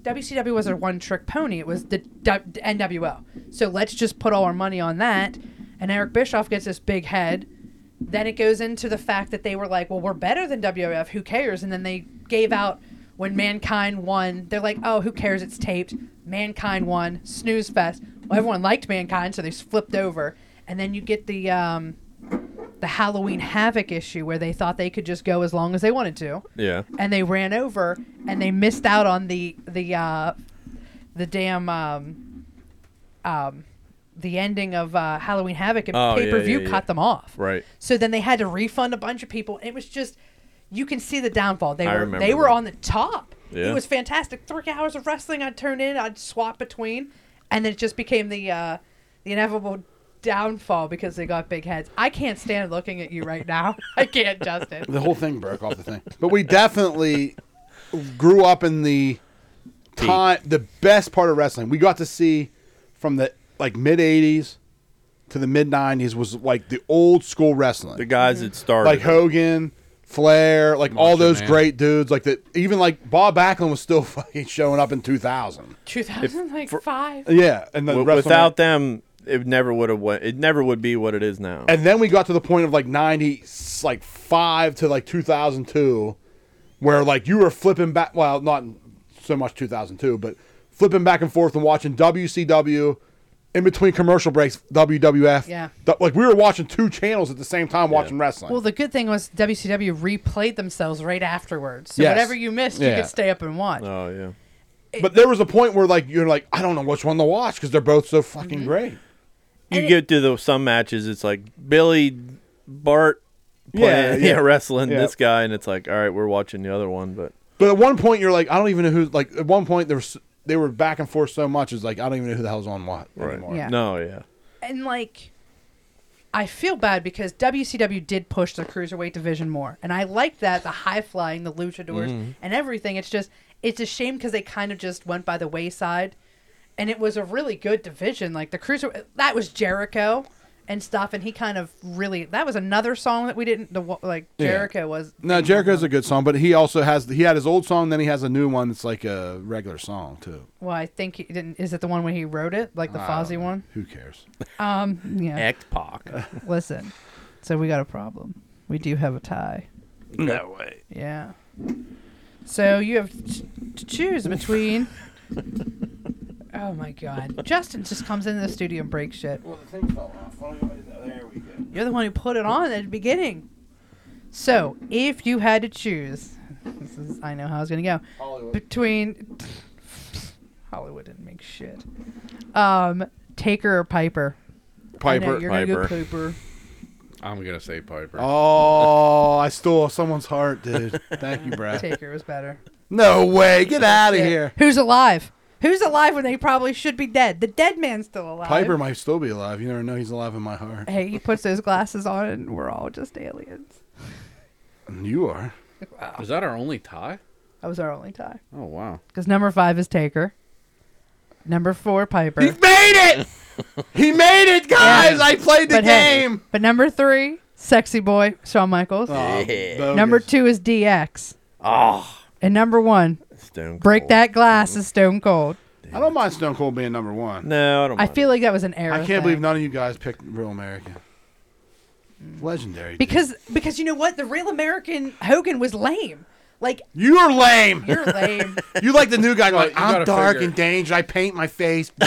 [SPEAKER 4] WCW was a one trick pony it was the du- NWO so let's just put all our money on that and Eric Bischoff gets this big head then it goes into the fact that they were like well we're better than WWF who cares and then they gave out when mankind won they're like oh who cares it's taped mankind won snooze fest well, everyone liked mankind so they flipped over and then you get the um, the Halloween Havoc issue where they thought they could just go as long as they wanted to,
[SPEAKER 3] Yeah.
[SPEAKER 4] and they ran over and they missed out on the the uh, the damn um, um, the ending of uh, Halloween Havoc and
[SPEAKER 3] Oh, yeah,
[SPEAKER 4] pay per view
[SPEAKER 3] yeah, yeah.
[SPEAKER 4] cut them off.
[SPEAKER 3] Right.
[SPEAKER 4] So then they had to refund a bunch of people. It was just you can see the downfall. They
[SPEAKER 3] I
[SPEAKER 4] were
[SPEAKER 3] remember
[SPEAKER 4] they were
[SPEAKER 3] that.
[SPEAKER 4] on the top.
[SPEAKER 3] Yeah.
[SPEAKER 4] It was fantastic. Three hours of wrestling I'd turn in, I'd swap between, and then it just became the uh, the inevitable downfall because they got big heads. I can't stand looking at you right now. [LAUGHS] I can't, Justin.
[SPEAKER 2] The whole thing broke off the thing. But we definitely grew up in the time, the best part of wrestling. We got to see from the like mid '80s to the mid '90s was like the old school wrestling,
[SPEAKER 3] The guys that started.
[SPEAKER 2] like Hogan, Flair, like all
[SPEAKER 1] Macho
[SPEAKER 2] those
[SPEAKER 1] Man.
[SPEAKER 2] great dudes, like that. Even like Bob Backlund was still [LAUGHS] fucking showing up in 2000.
[SPEAKER 4] 2000, like five.
[SPEAKER 2] Yeah, and then
[SPEAKER 3] W- without them, it never would have went. It never would be what it is now.
[SPEAKER 2] and then we got to the point of like 90 like 5 to like 2002 where like you were flipping back well not so much 2002 but flipping back and forth and watching WCW in between commercial breaks WWF
[SPEAKER 4] Yeah.
[SPEAKER 2] Th- like we were watching two channels at the same time watching wrestling
[SPEAKER 4] Well, the good thing was WCW replayed themselves right afterwards. So
[SPEAKER 2] Yes.
[SPEAKER 4] whatever you missed,
[SPEAKER 2] Yeah.
[SPEAKER 4] you could stay up and watch.
[SPEAKER 3] oh yeah.
[SPEAKER 2] but there was a point where like you're like I don't know which one to watch because they're both so
[SPEAKER 4] Mm-hmm.
[SPEAKER 2] fucking great
[SPEAKER 3] You
[SPEAKER 4] And it-
[SPEAKER 3] get to the some matches, it's like Billy Bart playing, [LAUGHS] yeah,
[SPEAKER 2] yeah.
[SPEAKER 3] wrestling
[SPEAKER 2] Yeah.
[SPEAKER 3] this guy, and it's like, all right, we're watching the other one, but
[SPEAKER 2] but at one point you're like I don't even know who like at one point there was they were back and forth so much it's like I don't even know who the hell's on what anymore
[SPEAKER 4] Yeah.
[SPEAKER 3] no, yeah,
[SPEAKER 4] and like I feel bad because WCW did push the cruiserweight division more, and I like that the high flying, the luchadors,
[SPEAKER 2] Mm-hmm.
[SPEAKER 4] and everything. It's just it's a shame because they kind of just went by the wayside, and it was a really good division. Like the cruiser that was Jericho and stuff, and he kind of really that was another song that we didn't the wa- like
[SPEAKER 2] Yeah.
[SPEAKER 4] Jericho was
[SPEAKER 2] No, Jericho's a good song, but he also has he had his old song, then he has a new one that's like a regular song too.
[SPEAKER 4] well I think he didn't is it the one when he wrote it like the Fozzy one
[SPEAKER 2] Who cares?
[SPEAKER 4] yeah
[SPEAKER 3] Act [LAUGHS] Pac.
[SPEAKER 4] listen so we got a problem we do have a tie.
[SPEAKER 3] no way.
[SPEAKER 4] Yeah. So you have t- to choose
[SPEAKER 2] [LAUGHS]
[SPEAKER 4] between. oh my God! Justin just comes into the studio and breaks shit.
[SPEAKER 2] Well, the thing fell off. There we go.
[SPEAKER 4] You're the one who put it on at the beginning. So if you had to choose, this is, I know how it's gonna go.
[SPEAKER 2] Hollywood.
[SPEAKER 4] Between [LAUGHS] Hollywood didn't make shit. Um, Taker or Piper. I know
[SPEAKER 2] Piper.
[SPEAKER 4] you're gonna go Piper.
[SPEAKER 1] I'm gonna say Piper.
[SPEAKER 2] Oh, I stole someone's heart, [LAUGHS] dude. Thank you, Brad.
[SPEAKER 4] Taker was better.
[SPEAKER 2] No way. Get out of
[SPEAKER 4] Yeah.
[SPEAKER 2] here.
[SPEAKER 4] Who's alive? Who's alive when they probably should be dead? The dead man's still alive.
[SPEAKER 2] Piper might still be alive. You never know. He's alive in my heart.
[SPEAKER 4] Hey, he puts those glasses on, and we're all just aliens.
[SPEAKER 2] And you are.
[SPEAKER 1] Is that our only tie?
[SPEAKER 4] That was our only tie.
[SPEAKER 1] Oh wow.
[SPEAKER 4] Because number five is Taker. Number four, Piper.
[SPEAKER 2] made it. [LAUGHS] He made it, guys. I played the
[SPEAKER 4] but hey, but number three, Sexy Boy, Shawn Michaels.
[SPEAKER 2] Oh,
[SPEAKER 4] number two is DX.
[SPEAKER 2] Ah.
[SPEAKER 3] Oh,
[SPEAKER 4] And number one,
[SPEAKER 3] Stone
[SPEAKER 4] Break
[SPEAKER 3] Cold.
[SPEAKER 4] That Glass is Stone Cold.
[SPEAKER 2] I don't mind Stone Cold being number one.
[SPEAKER 3] No, I don't.
[SPEAKER 4] I
[SPEAKER 3] mind.
[SPEAKER 4] feel like that was an error.
[SPEAKER 2] I can't believe none of you guys picked Real American. Legendary. dude.
[SPEAKER 4] Because, because you know what? The real American Hogan was lame. Like,
[SPEAKER 2] You're lame. [LAUGHS]
[SPEAKER 4] you're lame.
[SPEAKER 2] You like the new guy going,
[SPEAKER 1] you
[SPEAKER 2] I'm
[SPEAKER 1] gotta
[SPEAKER 2] dark
[SPEAKER 1] figure-
[SPEAKER 2] and dangerous. I paint my [LAUGHS] face.
[SPEAKER 1] You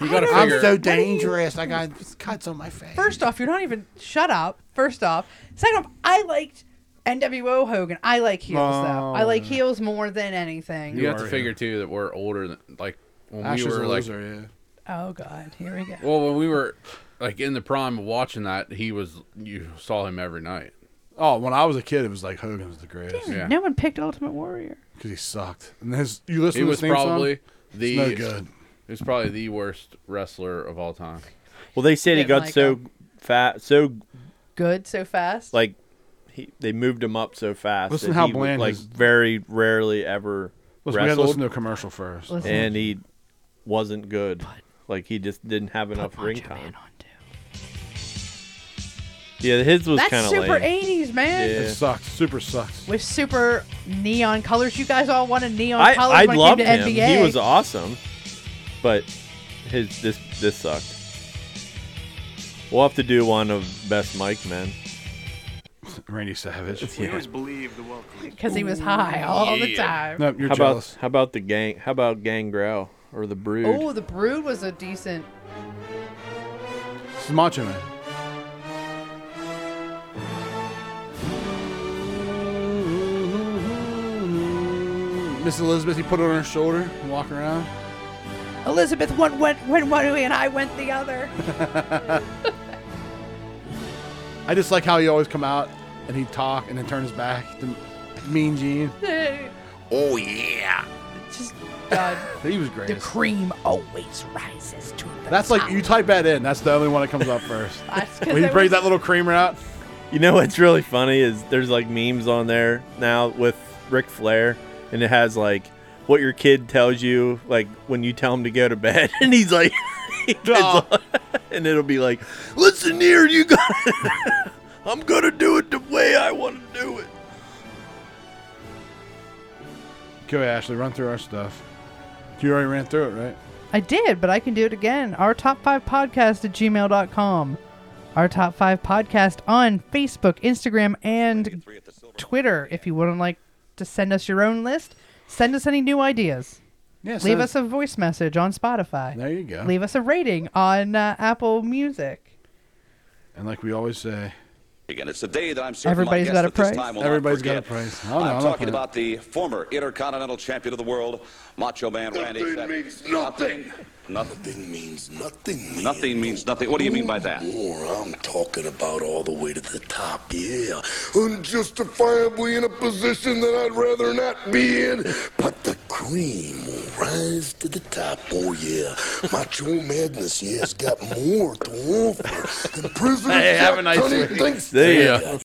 [SPEAKER 1] gotta
[SPEAKER 2] I'm
[SPEAKER 1] figure.
[SPEAKER 2] so dangerous. I got cuts on my face.
[SPEAKER 4] First off, you're not even shut up. First off, second off, I liked NWO Hogan. I like heels though. I
[SPEAKER 3] Oh.
[SPEAKER 4] like heels more than anything.
[SPEAKER 1] you have to
[SPEAKER 2] are,
[SPEAKER 1] figure too that we're older than like when
[SPEAKER 2] Ash
[SPEAKER 1] we
[SPEAKER 2] is
[SPEAKER 1] were
[SPEAKER 2] a
[SPEAKER 1] like
[SPEAKER 2] loser, yeah.
[SPEAKER 4] Oh god, here we go.
[SPEAKER 1] well when we were like in the prime of watching that he was you saw him every night.
[SPEAKER 2] Oh, when I was a kid, it was like Hogan was the greatest
[SPEAKER 1] Yeah.
[SPEAKER 4] No one picked Ultimate Warrior.
[SPEAKER 2] because he sucked. And his, you listen
[SPEAKER 1] He
[SPEAKER 2] to
[SPEAKER 1] was
[SPEAKER 2] his theme song?
[SPEAKER 1] probably the
[SPEAKER 2] It's no good.
[SPEAKER 1] He was probably the worst wrestler of all time.
[SPEAKER 3] Well, they said he
[SPEAKER 4] Didn't
[SPEAKER 3] got
[SPEAKER 4] like
[SPEAKER 3] so
[SPEAKER 4] him.
[SPEAKER 3] fat, so
[SPEAKER 4] Good so fast.
[SPEAKER 3] like he, they moved him up so fast.
[SPEAKER 2] Listen
[SPEAKER 3] that
[SPEAKER 2] how
[SPEAKER 3] he would,
[SPEAKER 2] bland
[SPEAKER 3] like
[SPEAKER 2] his-
[SPEAKER 3] very rarely ever
[SPEAKER 2] Listen, we had to
[SPEAKER 3] wrestled,
[SPEAKER 2] listen to a commercial first.
[SPEAKER 4] Listen,
[SPEAKER 3] and he wasn't good. Like he just didn't have enough ring time. Yeah, his was kind
[SPEAKER 4] That's
[SPEAKER 3] of
[SPEAKER 4] super
[SPEAKER 3] lame.
[SPEAKER 4] eighties, man.
[SPEAKER 3] Yeah.
[SPEAKER 2] It sucked. Super sucks.
[SPEAKER 4] With super neon colors. You guys all wanted neon
[SPEAKER 3] I,
[SPEAKER 4] colors
[SPEAKER 3] I
[SPEAKER 4] when
[SPEAKER 3] loved
[SPEAKER 4] it came Oh, to
[SPEAKER 3] him.
[SPEAKER 4] NBA.
[SPEAKER 3] He was awesome, but his this this sucked. We'll have to do one of best mic men.
[SPEAKER 2] Randy Savage.
[SPEAKER 3] Yeah.
[SPEAKER 4] because he was high all the time.
[SPEAKER 2] No, you're
[SPEAKER 3] How about
[SPEAKER 2] jealous.
[SPEAKER 3] how about the gang? How about Gangrel or the Brood?
[SPEAKER 4] Oh, the Brood was a decent.
[SPEAKER 2] This is Macho Man. Miss Elizabeth, he put it on her shoulder and walk around.
[SPEAKER 4] Elizabeth one went went one way and I went the other.
[SPEAKER 2] I just like how he always come out and he'd talk and then turn his back to Mean Gene.
[SPEAKER 4] oh yeah. Just God.
[SPEAKER 2] He was great.
[SPEAKER 4] cream always rises to the
[SPEAKER 2] That's [LAUGHS] like you type that in. That's the only one that comes up [LAUGHS] first.
[SPEAKER 4] That's 'cause
[SPEAKER 2] when he
[SPEAKER 4] I
[SPEAKER 2] brings
[SPEAKER 4] was-
[SPEAKER 2] that little creamer out,
[SPEAKER 3] You know what's really funny is there's like memes on there now with Ric Flair, and it has like what your kid tells you, like when you tell him to go to bed, [LAUGHS] and he's like, he puts
[SPEAKER 2] Oh.
[SPEAKER 3] [LAUGHS] on- and it'll be like, listen here, you got. [LAUGHS] I'm gonna do it the way I want to do it.
[SPEAKER 2] Go, Ashley. Run through our stuff. You already ran through it, right?
[SPEAKER 4] I did, but I can do it again. Our top five podcast at gmail.com. Our top five podcast on Facebook, Instagram, and Twitter. If you wouldn't like to send us your own list, send us any new ideas.
[SPEAKER 2] Yes.
[SPEAKER 4] Leave us a voice message on Spotify.
[SPEAKER 2] There you go.
[SPEAKER 4] Leave us a rating on uh, Apple Music.
[SPEAKER 2] and like we always say,
[SPEAKER 10] Again, it's a day that I'm certain
[SPEAKER 4] Everybody's
[SPEAKER 10] my
[SPEAKER 4] got
[SPEAKER 10] guest
[SPEAKER 4] a
[SPEAKER 10] at this
[SPEAKER 4] price.
[SPEAKER 10] time will
[SPEAKER 2] Everybody's
[SPEAKER 10] not
[SPEAKER 2] got a
[SPEAKER 10] forget.
[SPEAKER 2] price. I don't know,
[SPEAKER 10] I'm
[SPEAKER 2] I'm not
[SPEAKER 10] talking
[SPEAKER 2] playing.
[SPEAKER 10] about the former Intercontinental Champion of the World, Macho Man Randy.
[SPEAKER 5] Nothing
[SPEAKER 10] Savage.
[SPEAKER 5] means nothing.
[SPEAKER 10] Nothing.
[SPEAKER 5] Nothing means nothing. man.
[SPEAKER 10] Nothing means nothing. What do you mean by that?
[SPEAKER 5] War, I'm talking about all the way to the top, yeah. Unjustifiably in a position that I'd rather not be in, but the cream will rise to the top, oh yeah. Macho [LAUGHS] Madness, yeah, has got more to offer than prison.
[SPEAKER 1] Hey, have a nice
[SPEAKER 5] Tony
[SPEAKER 1] week.
[SPEAKER 5] thinks
[SPEAKER 3] There
[SPEAKER 5] they
[SPEAKER 3] you
[SPEAKER 5] have.